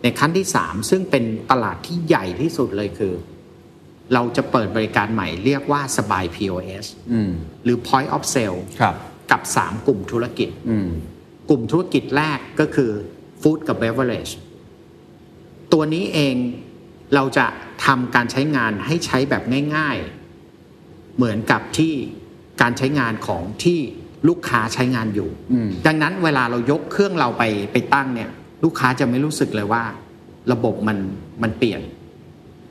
ในขั้นที่ 3 ซึ่งเป็นตลาดที่ใหญ่ที่สุดเลยคือ เราจะเปิดบริการใหม่เรียกว่าสบาย POS อืม หรือ Point of Sale ครับ กับ 3 กลุ่มธุรกิจ อืม กลุ่มธุรกิจแรกก็คือฟู้ดกับเบเวอร์เรจตัวนี้เองเราจะทำการใช้งานให้ใช้แบบง่ายๆ เหมือนกับที่การใช้งานของที่ลูกค้าใช้งานอยู่ อืม ดังนั้นเวลาเรายกเครื่องเราไปไปตั้งเนี่ย ลูกค้าจะไม่รู้สึกเลยว่า ระบบมันมันเปลี่ยน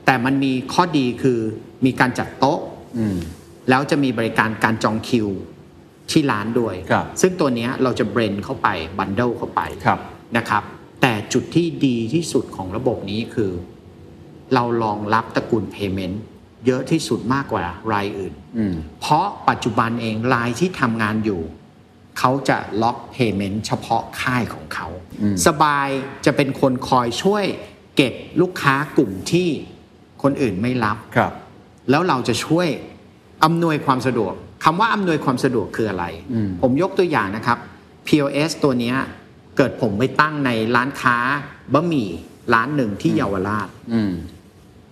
แต่มันมีข้อดีคือมีการจัดโต๊ะ อืม แล้วจะมีบริการการจองคิวที่ร้านด้วย ครับ ซึ่งตัวเนี้ยเราจะเบรนเข้าไปบันเดิลเข้าไป ครับ นะครับ แต่จุดที่ดีที่สุดของระบบนี้คือ เรารองรับตระกูล Payment เยอะที่สุดมากกว่ารายอื่น อืม เพราะปัจจุบันเองรายที่ทำงานอยู่ เขาจะล็อก Payment เฉพาะค่ายของเขา อืม สบายจะเป็นคนคอยช่วยเก็บลูกค้ากลุ่มที่คนอื่นไม่รับ ครับ แล้วเราจะช่วยอำนวยความสะดวกคำว่าอำนวยความสะดวกคืออะไร อืม ผมยกตัวอย่างนะครับ POS ตัวเนี้ยเกิดผมไปตั้งในร้านค้าบะหมี่ร้านหนึ่งที่เยาวราช อืม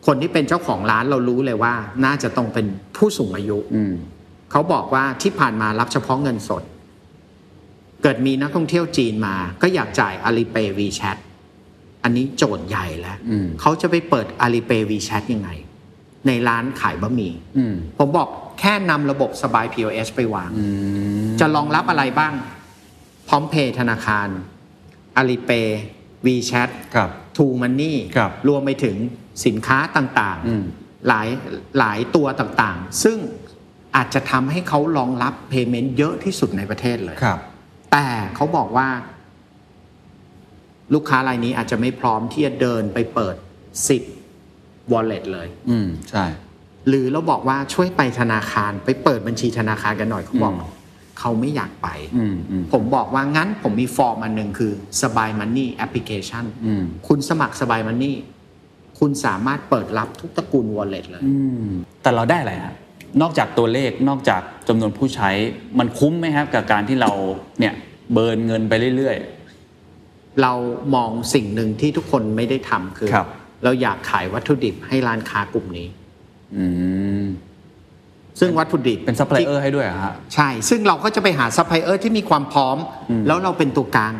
คนที่เป็นเจ้าของร้านเรารู้เลยว่า น่าจะต้องเป็นผู้สูงอายุ อืม เขาบอกว่าที่ผ่านมารับเฉพาะเงินสด เกิดมีนักท่องเที่ยวจีนมา ก็อยากจ่าย Alipay WeChat อันนี้โจทย์ใหญ่แล้ว อืม เขาจะไปเปิด Alipay WeChat ยังไง ในร้านขายบะหมี่ อืม ผมบอก แค่นำระบบสบาย POS ไปวาง จะรองรับอะไรบ้าง พร้อมเพย์ธนาคาร Alipay WeChat ครับ ทูมันนี่ ครับ รวมไปถึงสินค้าต่าง อืม ๆ หลายหลายตัวต่างๆ ซึ่งอาจจะทำให้เขารองรับ Payment เยอะที่สุดในประเทศเลย ครับ แต่เขาบอกว่า ลูกค้ารายนี้อาจจะไม่พร้อมที่จะเดินไปเปิด 10 wallet เลย อืมใช่ หรือเราบอกว่าช่วยไปธนาคารไปเปิดบัญชีธนาคารกันหน่อยเขาบอก อืม เขาไม่อยากไป อืมอืม ผมบอกว่างั้นผมมีฟอร์มอันหนึ่งคือสบายมันนี่แอปพลิเคชัน อืม คุณสมัครสบายมันนี่ คุณสามารถเปิดรับทุกตระกูล wallet เลย อืมแต่เราได้อะไรฮะนอกจากตัวเลขนอกจากจำนวนผู้ใช้มันคุ้มไหมครับ กับการที่เราเนี่ยเบิร์นเงินไปเรื่อย เรามองสิ่งหนึ่งที่ทุกคนไม่ได้ทำคือ ครับ เราอยากขายวัตถุดิบให้ร้านค้ากลุ่มนี้ ๆอืม ซึ่งวัตถุดิบ เป็นซัพพลายเออ ที่ ร์ให้ด้วยเหรอฮะ ใช่ ซึ่งเราก็จะไปหาซัพพลายเออร์ที่มีความพร้อม แล้วเราเป็นตัวกลาง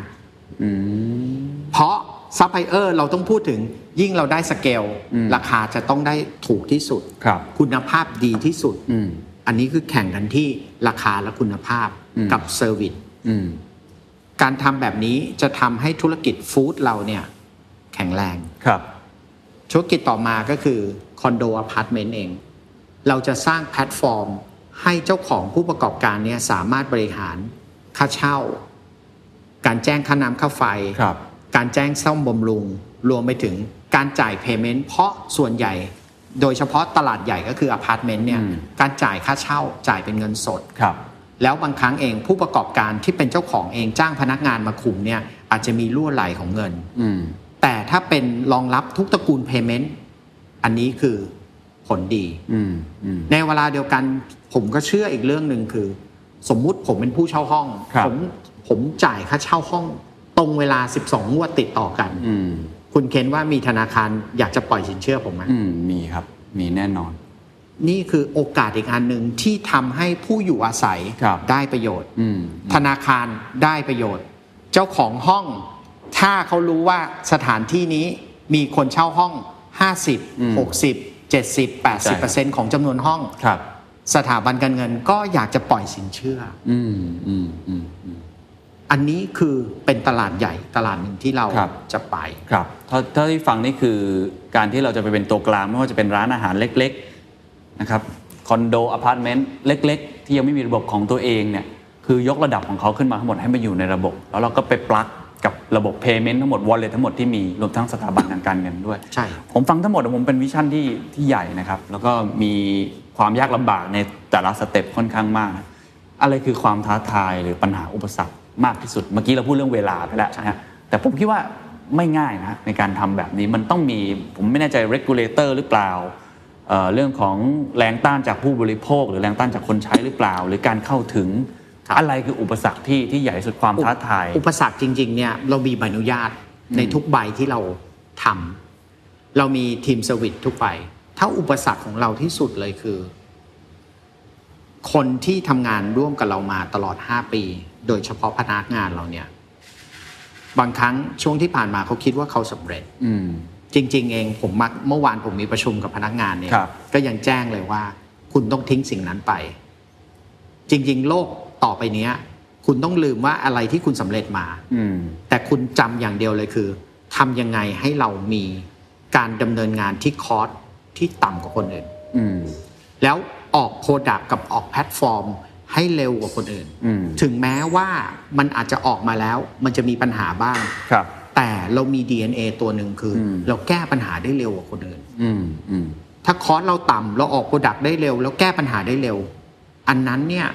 อืม เพราะซัพพลายเออร์เราต้องพูดถึงยิ่งเราได้สเกลราคาจะต้องได้ถูกที่สุด ครับ คุณภาพดีที่สุด อืม อันนี้คือแข่งกันที่ราคาและคุณภาพ อืม กับเซอร์วิส อืม การทำแบบนี้จะทำให้ธุรกิจฟู้ดเราเนี่ยแข็งแรง ครับ ธุรกิจต่อมาก็คือคอนโดอพาร์ตเมนต์เอง เราจะสร้างแพลตฟอร์ม ให้เจ้าของผู้ประกอบการเนี่ยสามารถบริหารค่าเช่า การแจ้งค่าน้ำค่าไฟ ครับ การแจ้งซ่อมบำรุง รวมไปถึงการจ่ายเพย์เมนต์เพราะส่วนใหญ่ โดยเฉพาะตลาดใหญ่ก็คืออพาร์ตเมนต์เนี่ย อืม การจ่ายค่าเช่าจ่ายเป็นเงินสด ครับ แล้วบางครั้งเองผู้ประกอบการที่เป็นเจ้าของเองจ้างพนักงานมาคุมเนี่ยอาจจะมีรั่วไหลของเงิน อืม แต่ถ้าเป็นรองรับทุกตระกูล Payment อันนี้คือผลดี อืม อืม ในเวลาเดียวกันผมก็เชื่ออีกเรื่องหนึ่งคือ สมมุติผมเป็นผู้เช่าห้อง ครับ ผมผมจ่ายค่าเช่าห้อง ตรงเวลา 12 งวดติดต่อกัน อืม คุณเคนว่ามีธนาคารอยากจะปล่อยสินเชื่อผมไหม อืม มีครับ มีแน่นอน นี่คือโอกาสอีกอันหนึ่งที่ทำให้ผู้อยู่อาศัย ครับ ได้ประโยชน์ อืม ธนาคารได้ประโยชน์ เจ้าของห้อง ถ้าเขารู้ว่าสถานที่นี้มีคนเช่าห้อง อืม 50 60 70 ใช่ครั 80%ของจำนวนห้อง ครับ สถาบันการเงินก็อยากจะปล่อยสินเชื่อ อืม อืม อืมอืม อันนี้คือเป็นตลาดใหญ่ตลาดหนึ่งที่เรา ครับ จะไป ครับเท่าเท่าที่ฟังนี่คือการที่เราจะไปเป็นตัวกลางไม่ว่าจะเป็นร้านอาหารเล็กๆนะครับคอนโดอพาร์ตเมนต์เล็ก ๆ ที่ยังไม่มีระบบของตัวเองเนี่ยคือยกระดับของเขาขึ้นมาทั้งหมดให้มาอยู่ในระบบ แล้วเราก็ไปปลักกับระบบ Payment ทั้งหมด Wallet ทั้งหมดที่มีรวมทั้งสถาบันทางการเงินด้วย ใช่ ผมฟังทั้งหมดผมเป็นวิชั่นที่ที่ใหญ่นะครับ แล้วก็มีความยากลำบากในแต่ละสเต็ปค่อนข้างมาก อะไรคือความท้าทายหรือปัญหาอุปสรรคมากที่สุด เมื่อกี้เราพูดเรื่องเวลาไปแล้วนะฮะแต่ผมคิดว่าไม่ง่ายนะในการทำแบบนี้มันต้องมีผมไม่แน่ใจ regulator หรือเปล่าเอ่อเรื่องของแรงต้านจากผู้บริโภค หรือแรงต้านจากคนใช้หรือเปล่า หรือการเข้าถึงอะไรคืออุปสรรคที่ที่ใหญ่ที่สุดความท้าทาย อุปสรรคจริง ๆ เนี่ยเรามีใบอนุญาตในทุกใบที่เราทำเรามีทีมเซอร์วิสทุกใบถ้าอุปสรรคของเราที่สุดเลยคือ คนที่ทำงานร่วมกับเรามาตลอด 5 ปี โดยเฉพาะพนักงานเราเนี่ย บางครั้งช่วงที่ผ่านมาเขาคิดว่าเขาสำเร็จ อืม จริง ๆ เองผมมักเมื่อวานผมมีประชุมกับพนักงานเนี่ย ครับ ก็ยังแจ้งเลยว่า คุณต้องทิ้งสิ่งนั้นไป จริง ๆ โลกต่อไปเนี้ย คุณต้องลืมว่าอะไรที่คุณสำเร็จมา อืม แต่คุณจำอย่างเดียวเลยคือทำยังไงให้เรามีการดำเนินงานที่คอสที่ต่ำกว่าคนอื่น อืม แล้วออกโปรดักกับออกแพลตฟอร์ม ให้เร็วกว่าคนอื่น อืม ถึงแม้ว่ามันอาจจะออกมาแล้ว มันจะมีปัญหาบ้าง ครับ แต่เรามี DNA ตัวหนึ่งคืออ ม เราแก้ปัญหาได้เร็วกว่าคนอื่น อืมอืม ถ้าคอสเราต่ำเราออกโปรดักได้เร็ว แล้วแก้ปัญหาได้เร็ว อันนั้นเนี่ย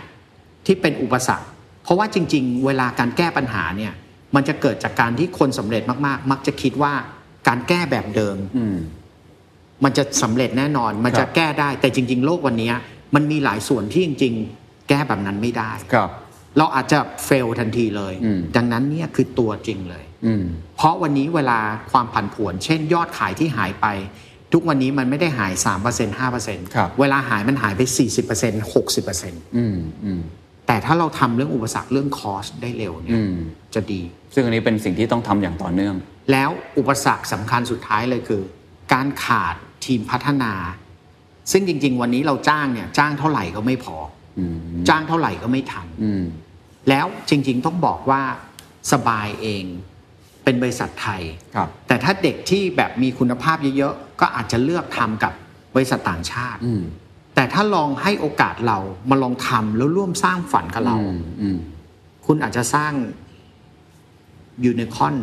ที่เป็นอุปสรรค เพราะว่าจริง ๆ เวลาการแก้ปัญหาเนี่ยมันจะเกิดจากการที่คนสำเร็จมากๆ มักจะคิดว่าการแก้แบบเดิม อืม มันจะสำเร็จแน่นอน มัน ครั จะ บ แก้ได้แต่จริง ๆ โลกวันเนี้ยมันมีหลายส่วนที่จริง ๆ แก้แบบนั้นไม่ได้ ครับ เราอาจจะเฟลทันทีเลย อืม ดังนั้นเนี่ยคือตัวจริงเลย อืม เพราะวันนี้เวลาความผันผวน เช่น ยอดขายที่หายไป ทุกวันนี้มันไม่ได้หาย 3% 5% ครับ เวลาหายมันหายไป 40% 60% อืมอืม แต่ถ้าเราทำเรื่องอุปสรรคเรื่องคอสได้เร็วเนี่ อื ย ม จะดี ซึ่งอันนี้เป็นสิ่งที่ต้องทำอย่างต่อเนื่อง แล้วอุปสรรคสำคัญสุดท้ายเลยคือ การขาดทีมพัฒนา ซึ่งจริง ๆ วันนี้เราจ้างเนี่ยจ้างเท่าไหร่ก็ไม่พอ อืม จ้างเท่าไหร่ก็ไม่ทัน อืม แล้วจริง ๆ ต้องบอกว่าสบายเองเป็นบริษัทไทย ครับ แต่ถ้าเด็กที่แบบมีคุณภาพเยอะๆ ก็อาจจะเลือกทำกับบริษัทต่างชาติ อืม แต่ถ้าลองให้โอกาสเรามาลองทำแล้วร่วมสร้างฝันกับเรา อืมอืม คุณอาจจะสร้างยูนิคอน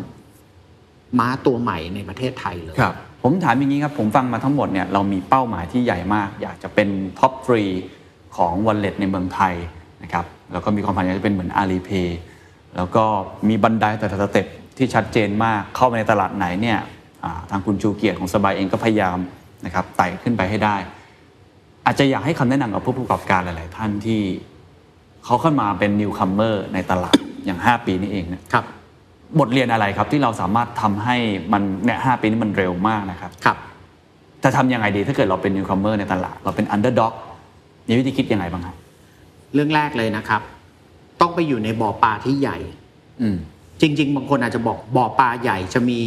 ม้าตัวใหม่ในประเทศไทยเลย ครับ ผมถามอย่างนี้ครับ ผมฟังมาทั้งหมดเนี่ยเรามีเป้าหมายที่ใหญ่มาก อยากจะเป็นท็อป3ของ Wallet ในเมืองไทยนะครับแล้วก็มีความฝันอยากจะเป็นเหมือน Alipay แล้วก็มีบันไดแต่ละสเต็ปที่ชัดเจนมากเข้าไปในตลาดไหนเนี่ยอ่าทางคุณจูเกียรติของสบายเองก็พยายามนะครับไต่ขึ้นไปให้ได้ อาจจะอยากให้คำแนะนำกับผู้ประกอบการหลาย ๆ ท่านที่เขาเข้ามาเป็น Newcomer ในตลาดอย่าง 5 ปีนี้เองเนี่ย ครับ บทเรียนอะไรครับที่เราสามารถทำให้มันเนี่ยห้าปีนี้มันเร็วมากนะครับ ครับ จะทำยังไงดีถ้าเกิดเราเป็นนิวคอมเมอร์ในตลาด เราเป็นอันเดอร์ด็อกมีวิธีคิดยังไงบ้างครับ เรื่องแรกเลยนะครับ ต้องไปอยู่ในบ่อปลาที่ใหญ่ อืม จริง ๆ บางคนอาจจะบอกบ่อปลาใหญ่จะมี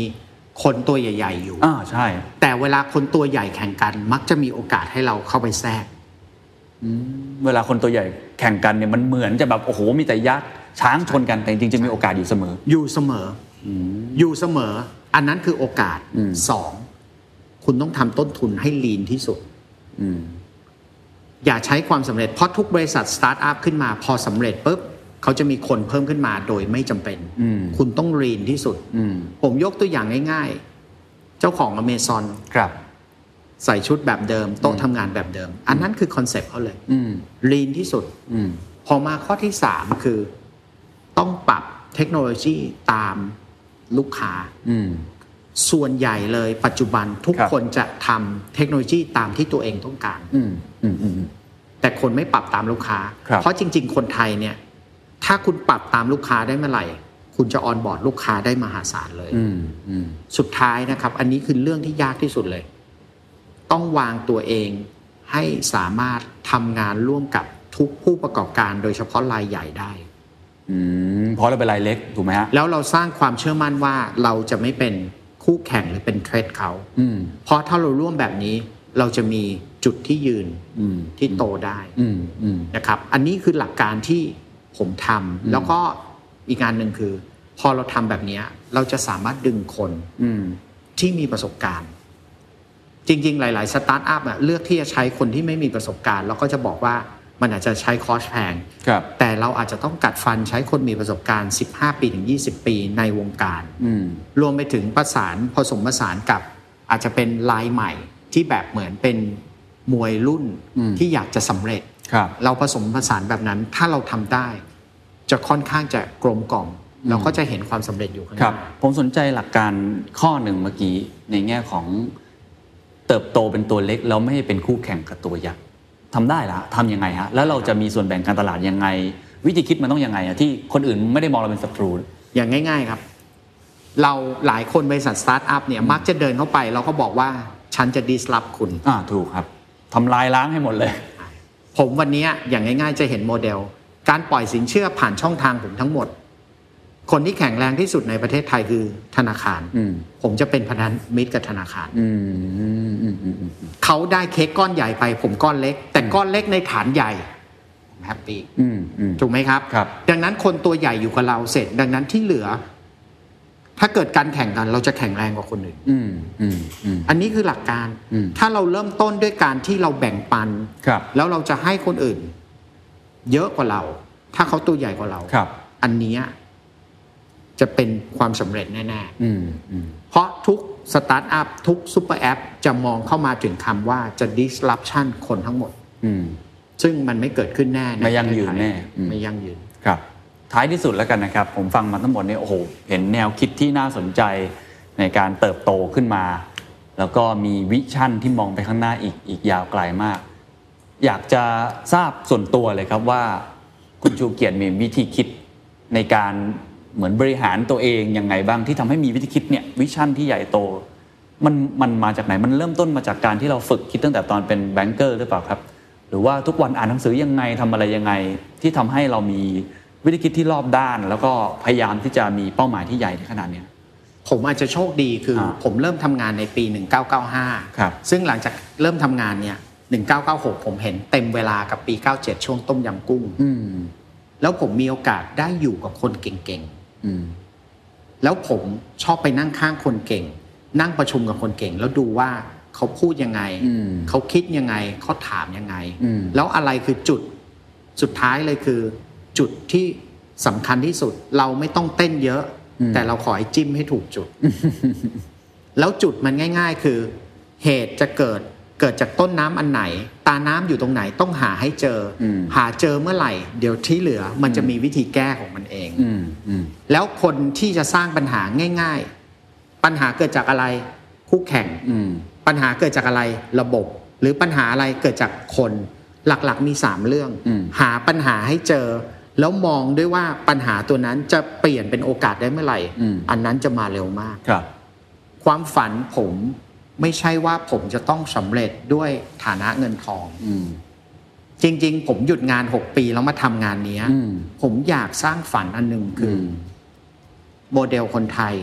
คนตัวใหญ่ ๆ อยู่ อ่าใช่ แต่เวลาคนตัวใหญ่แข่งกัน มักจะมีโอกาสให้เราเข้าไปแทรก เวลาคนตัวใหญ่แข่งกันเนี่ยมันเหมือนจะแบบโอ้โหมีแต่ยักษ์ช้างชนกันแต่จริงๆจะมีโอกาสอยู่เสมอ อยู่เสมอออยู่เสมอ อันนั้นคือโอกาส อืม สองคุณต้องทำต้นทุนให้ลีนที่สุด อืม อย่าใช้ความสำเร็จเพราะทุกบริษัทสตาร์ทอัพขึ้นมา พอสำเร็จปุ๊บเขาจะมีคนเพิ่มขึ้นมาโดยไม่จำเป็น อืม คุณต้องลีนที่สุด อืม ผมยกตัวอย่างง่ายๆ เจ้าของอเมซอน ครับ ใส่ชุดแบบเดิม โต๊ะทำงานแบบเดิม อันนั้นคือคอนเซปต์เขาเลย อืม ลีนที่สุด อืม พอมาข้อที่ 3 คือ ต้องปรับเทคโนโลยีตามลูกค้า อืม ส่วนใหญ่เลยปัจจุบันทุก ครับ คนจะทำเทคโนโลยีตามที่ตัวเองต้องการ อืมอืมอืม แต่คนไม่ปรับตามลูกค้า ครับ เพราะจริง ๆ คนไทยเนี่ย ถ้าคุณปรับตามลูกค้าได้เมื่อไหร่ คุณจะออนบอร์ดลูกค้าได้มหาศาลเลย อืมอืม สุดท้ายนะครับ อันนี้คือเรื่องที่ยากที่สุดเลย ต้องวางตัวเองให้สามารถทำงานร่วมกับทุกผู้ประกอบการโดยเฉพาะรายใหญ่ได้ อืมเพราะเราเป็นรายเล็กถูกไหมฮะ แล้วเราสร้างความเชื่อมั่นว่าเราจะไม่เป็นคู่แข่งหรือเป็นเทรดเขา อืม เพราะถ้าเราร่วมแบบนี้เราจะมีจุดที่ยืน อืม ที่โตได้ อืมอืม นะครับ อันนี้คือหลักการที่ผมทำแล้วก็อีกงานหนึ่งคือ พอเราทำแบบเนี้ยเราจะสามารถดึงคน อืม ที่มีประสบการณ์ จริง ๆ หลาย ๆ สตาร์ทอัพอะเลือกที่จะใช้คนที่ไม่มีประสบการณ์ แล้วก็จะบอกว่ามันอาจจะใช้คอร์สแพง ครับ แต่เราอาจจะต้องกัดฟันใช้คนมีประสบการณ์ 15 ปีถึง 20 ปีในวงการ อืม รวมไปถึงประสานผสมผสานกับอาจจะเป็นลายใหม่ที่แบบเหมือนเป็นมวยรุ่น อืม ที่อยากจะสำเร็จ ครับ เราผสมผสานแบบนั้นถ้าเราทำได้ จะค่อนข้างจะกลมกล่อมเราก็จะเห็นความสำเร็จอยู่ข้างห ค น้า รับ ผมสนใจหลักการข้อหนึ่งเมื่อกี้ในแง่ของเติบโตเป็นตัวเล็กแล้วไม่ให้เป็นคู่แข่งกับตัวยักษ์ทำได้ละทำยังไงฮะ แล้วเราจะมีส่วนแบ่งการตลาดยังไง วิธีคิดมันต้องยังไงอะที่คนอื่นไม่ได้มองเราเป็นศัตรู อย่างง่าย ๆครับ เราหลายคนบริษัทสตาร์ทอัพเนี่ยมักจะเดินเข้าไป เราก็บอกว่าฉันจะ disrupt คุณ อ่าถูกครับทำลายล้างให้หมดเลย ผมวันนี้อย่างง่ายๆ จะเห็นโมเดล การปล่อยสินเชื่อผ่านช่องทางผมทั้งหมด คนที่แข็งแรงที่สุดในประเทศไทยคือธนาคาร อืม ผมจะเป็นพันธมิตรกับธนาคาร อืมอืมอืมอืมอืม เขาได้เค้กก้อนใหญ่ไป ผมก้อนเล็ก แต่ก้อนเล็กในฐานใหญ่ผมแฮปปี้ อืมอืม ถูกไหมครับ ครับ ดังนั้นคนตัวใหญ่อยู่กับเราเสร็จ ดังนั้นที่เหลือ ถ้าเกิดการแข่งกันเราจะแข็งแรงกว่าคนอื่น อืมอืมอืม อันนี้คือหลักการ อืม ถ้าเราเริ่มต้นด้วยการที่เราแบ่งปัน ครับ แล้วเราจะให้คนอื่น เยอะกว่าเรา ถ้าเขาตัวใหญ่กว่าเรา ครับ อันเนี้ยจะเป็นความสำเร็จแน่ อืมอืม ๆ เพราะทุกสตาร์ทอัพทุกซูเปอร์แอปจะมองเข้ามาถึงคำว่าจะ disruption คนทั้งหมด อืม ซึ่งมันไม่เกิดขึ้นแน่ใ ไม่ยั่งยืนแน่อืม ไม่ยั่งยืน ครับท้ายที่สุดแล้วกันนะครับ ผมฟังมาทั้งหมดเนี่ยโอ้โหเห็นแนวคิดที่น่าสนใจในการเติบโตขึ้นมา แล้วก็มีวิชั่นที่มองไปข้างหน้าอีกอีกยาวไกลมาก อยากจะทราบส่วนตัวเลยครับว่า คุณชูเกียรติมีวิธีคิดในการเหมือนบริหารตัวเองยังไงบ้างที่ทำให้มีวิธีคิดเนี่ยวิชั่นที่ใหญ่โต มันมันมาจากไหนมันเริ่มต้นมาจากการที่เราฝึกคิดตั้งแต่ตอนเป็นแบงเกอร์หรือเปล่าครับ หรือว่าทุกวันอ่านหนังสือยังไงทำอะไรยังไง ที่ทำให้เรามีวิธีคิดที่รอบด้าน แล้วก็พยายามที่จะมีเป้าหมายที่ใหญ่ในขนาดเนี้ย ผมอาจจะโชคดีคือ อ่า ผมเริ่มทำงานในปี ครับ 1995 ซึ่งหลังจากเริ่มทำงานเนี่ย 1996 ผมเห็นเต็มเวลากับปี 97 ช่วงต้มยำกุ้ง อืม แล้วผมมีโอกาสได้อยู่กับคนเก่ง อืม ๆ แล้วผมชอบไปนั่งข้างคนเก่ง นั่งประชุมกับคนเก่ง แล้วดูว่าเขาพูดยังไง อืม เขาคิดยังไง เขาถามยังไง อืม แล้วอะไรคือจุดสุดท้ายเลยคือ จุดที่สำคัญที่สุด เราไม่ต้องเต้นเยอะ แต่เราขอให้จิ้มให้ถูกจุด แล้วจุดมันง่าย ๆ คือ เหตุจะเกิดเกิดจากต้นน้ำอันไหน ตาน้ำอยู่ตรงไหนต้องหาให้เจออ ม หาเจอเมื่อไหร่ เดี๋ยวที่เหลือมันจะมีวิธีแก้ของมันเอง อืมอืม แล้วคนที่จะสร้างปัญหาง่าย ๆ ปัญหาเกิดจากอะไรคู่แข่ง อืม ปัญหาเกิดจากอะไรระบบ หรือปัญหาอะไรเกิดจากคนหลักๆมี 3 เรื่อง หาปัญหาให้เจอ แล้วมองด้วยว่าปัญหาตัวนั้นจะเปลี่ยนเป็นโอกาสได้เมื่อไหร่ อันนั้นจะมาเร็วมาก ครับ ความฝันผมไม่ใช่ว่าผมจะต้องสำเร็จด้วยฐานะเงินทอง อืม จริง ๆ ผมหยุดงาน 6 ปีแล้วมาทำงานเนี้ย อืม ผมอยากสร้างฝันอันหนึ่ง อื คืออ ม โมเดลคนไทย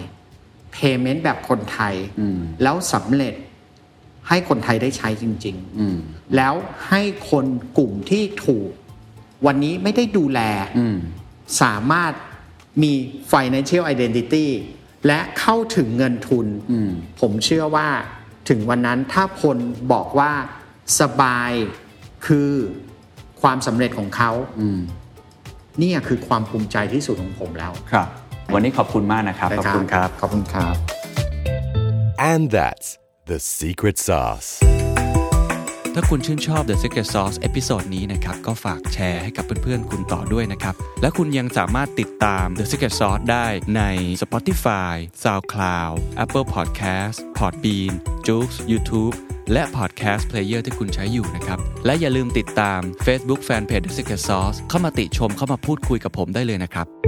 payment แบบคนไทย อืม แล้วสำเร็จให้คนไทยได้ใช้จริง ๆ อืม แล้วให้คนกลุ่มที่ถูก วันนี้ไม่ได้ดูแล อืม สามารถมี financial identity และเข้าถึงเงินทุน อืม ผมเชื่อว่าถึงวันนั้นถ้าคนบอกว่าสบายคือความสำเร็จของเขา อืม เนี่ยคือความภูมิใจที่สุดของผมแล้ว ครับ วันนี้ขอบคุณมากนะครับ นะ ขอบคุณครับ ขอบคุณครับ And that's the secret sauce. ถ้าคุณชื่นชอบ The Secret Sauce เอพิโซดนี้นะครับ ก็ฝากแชร์ให้กับเพื่อนๆ คุณต่อด้วยนะครับ และคุณยังสามารถติดตาม The Secret Sauce ได้ใน Spotify, SoundCloud, Apple Podcast, Podbean, j o o x YouTube และ Podcast Player ที่คุณใช้อยู่นะครับ และอย่าลืมติดตาม Facebook Fanpage The Secret Sauce เข้ามาติชมเข้ามาพูดคุยกับผมได้เลยนะครับ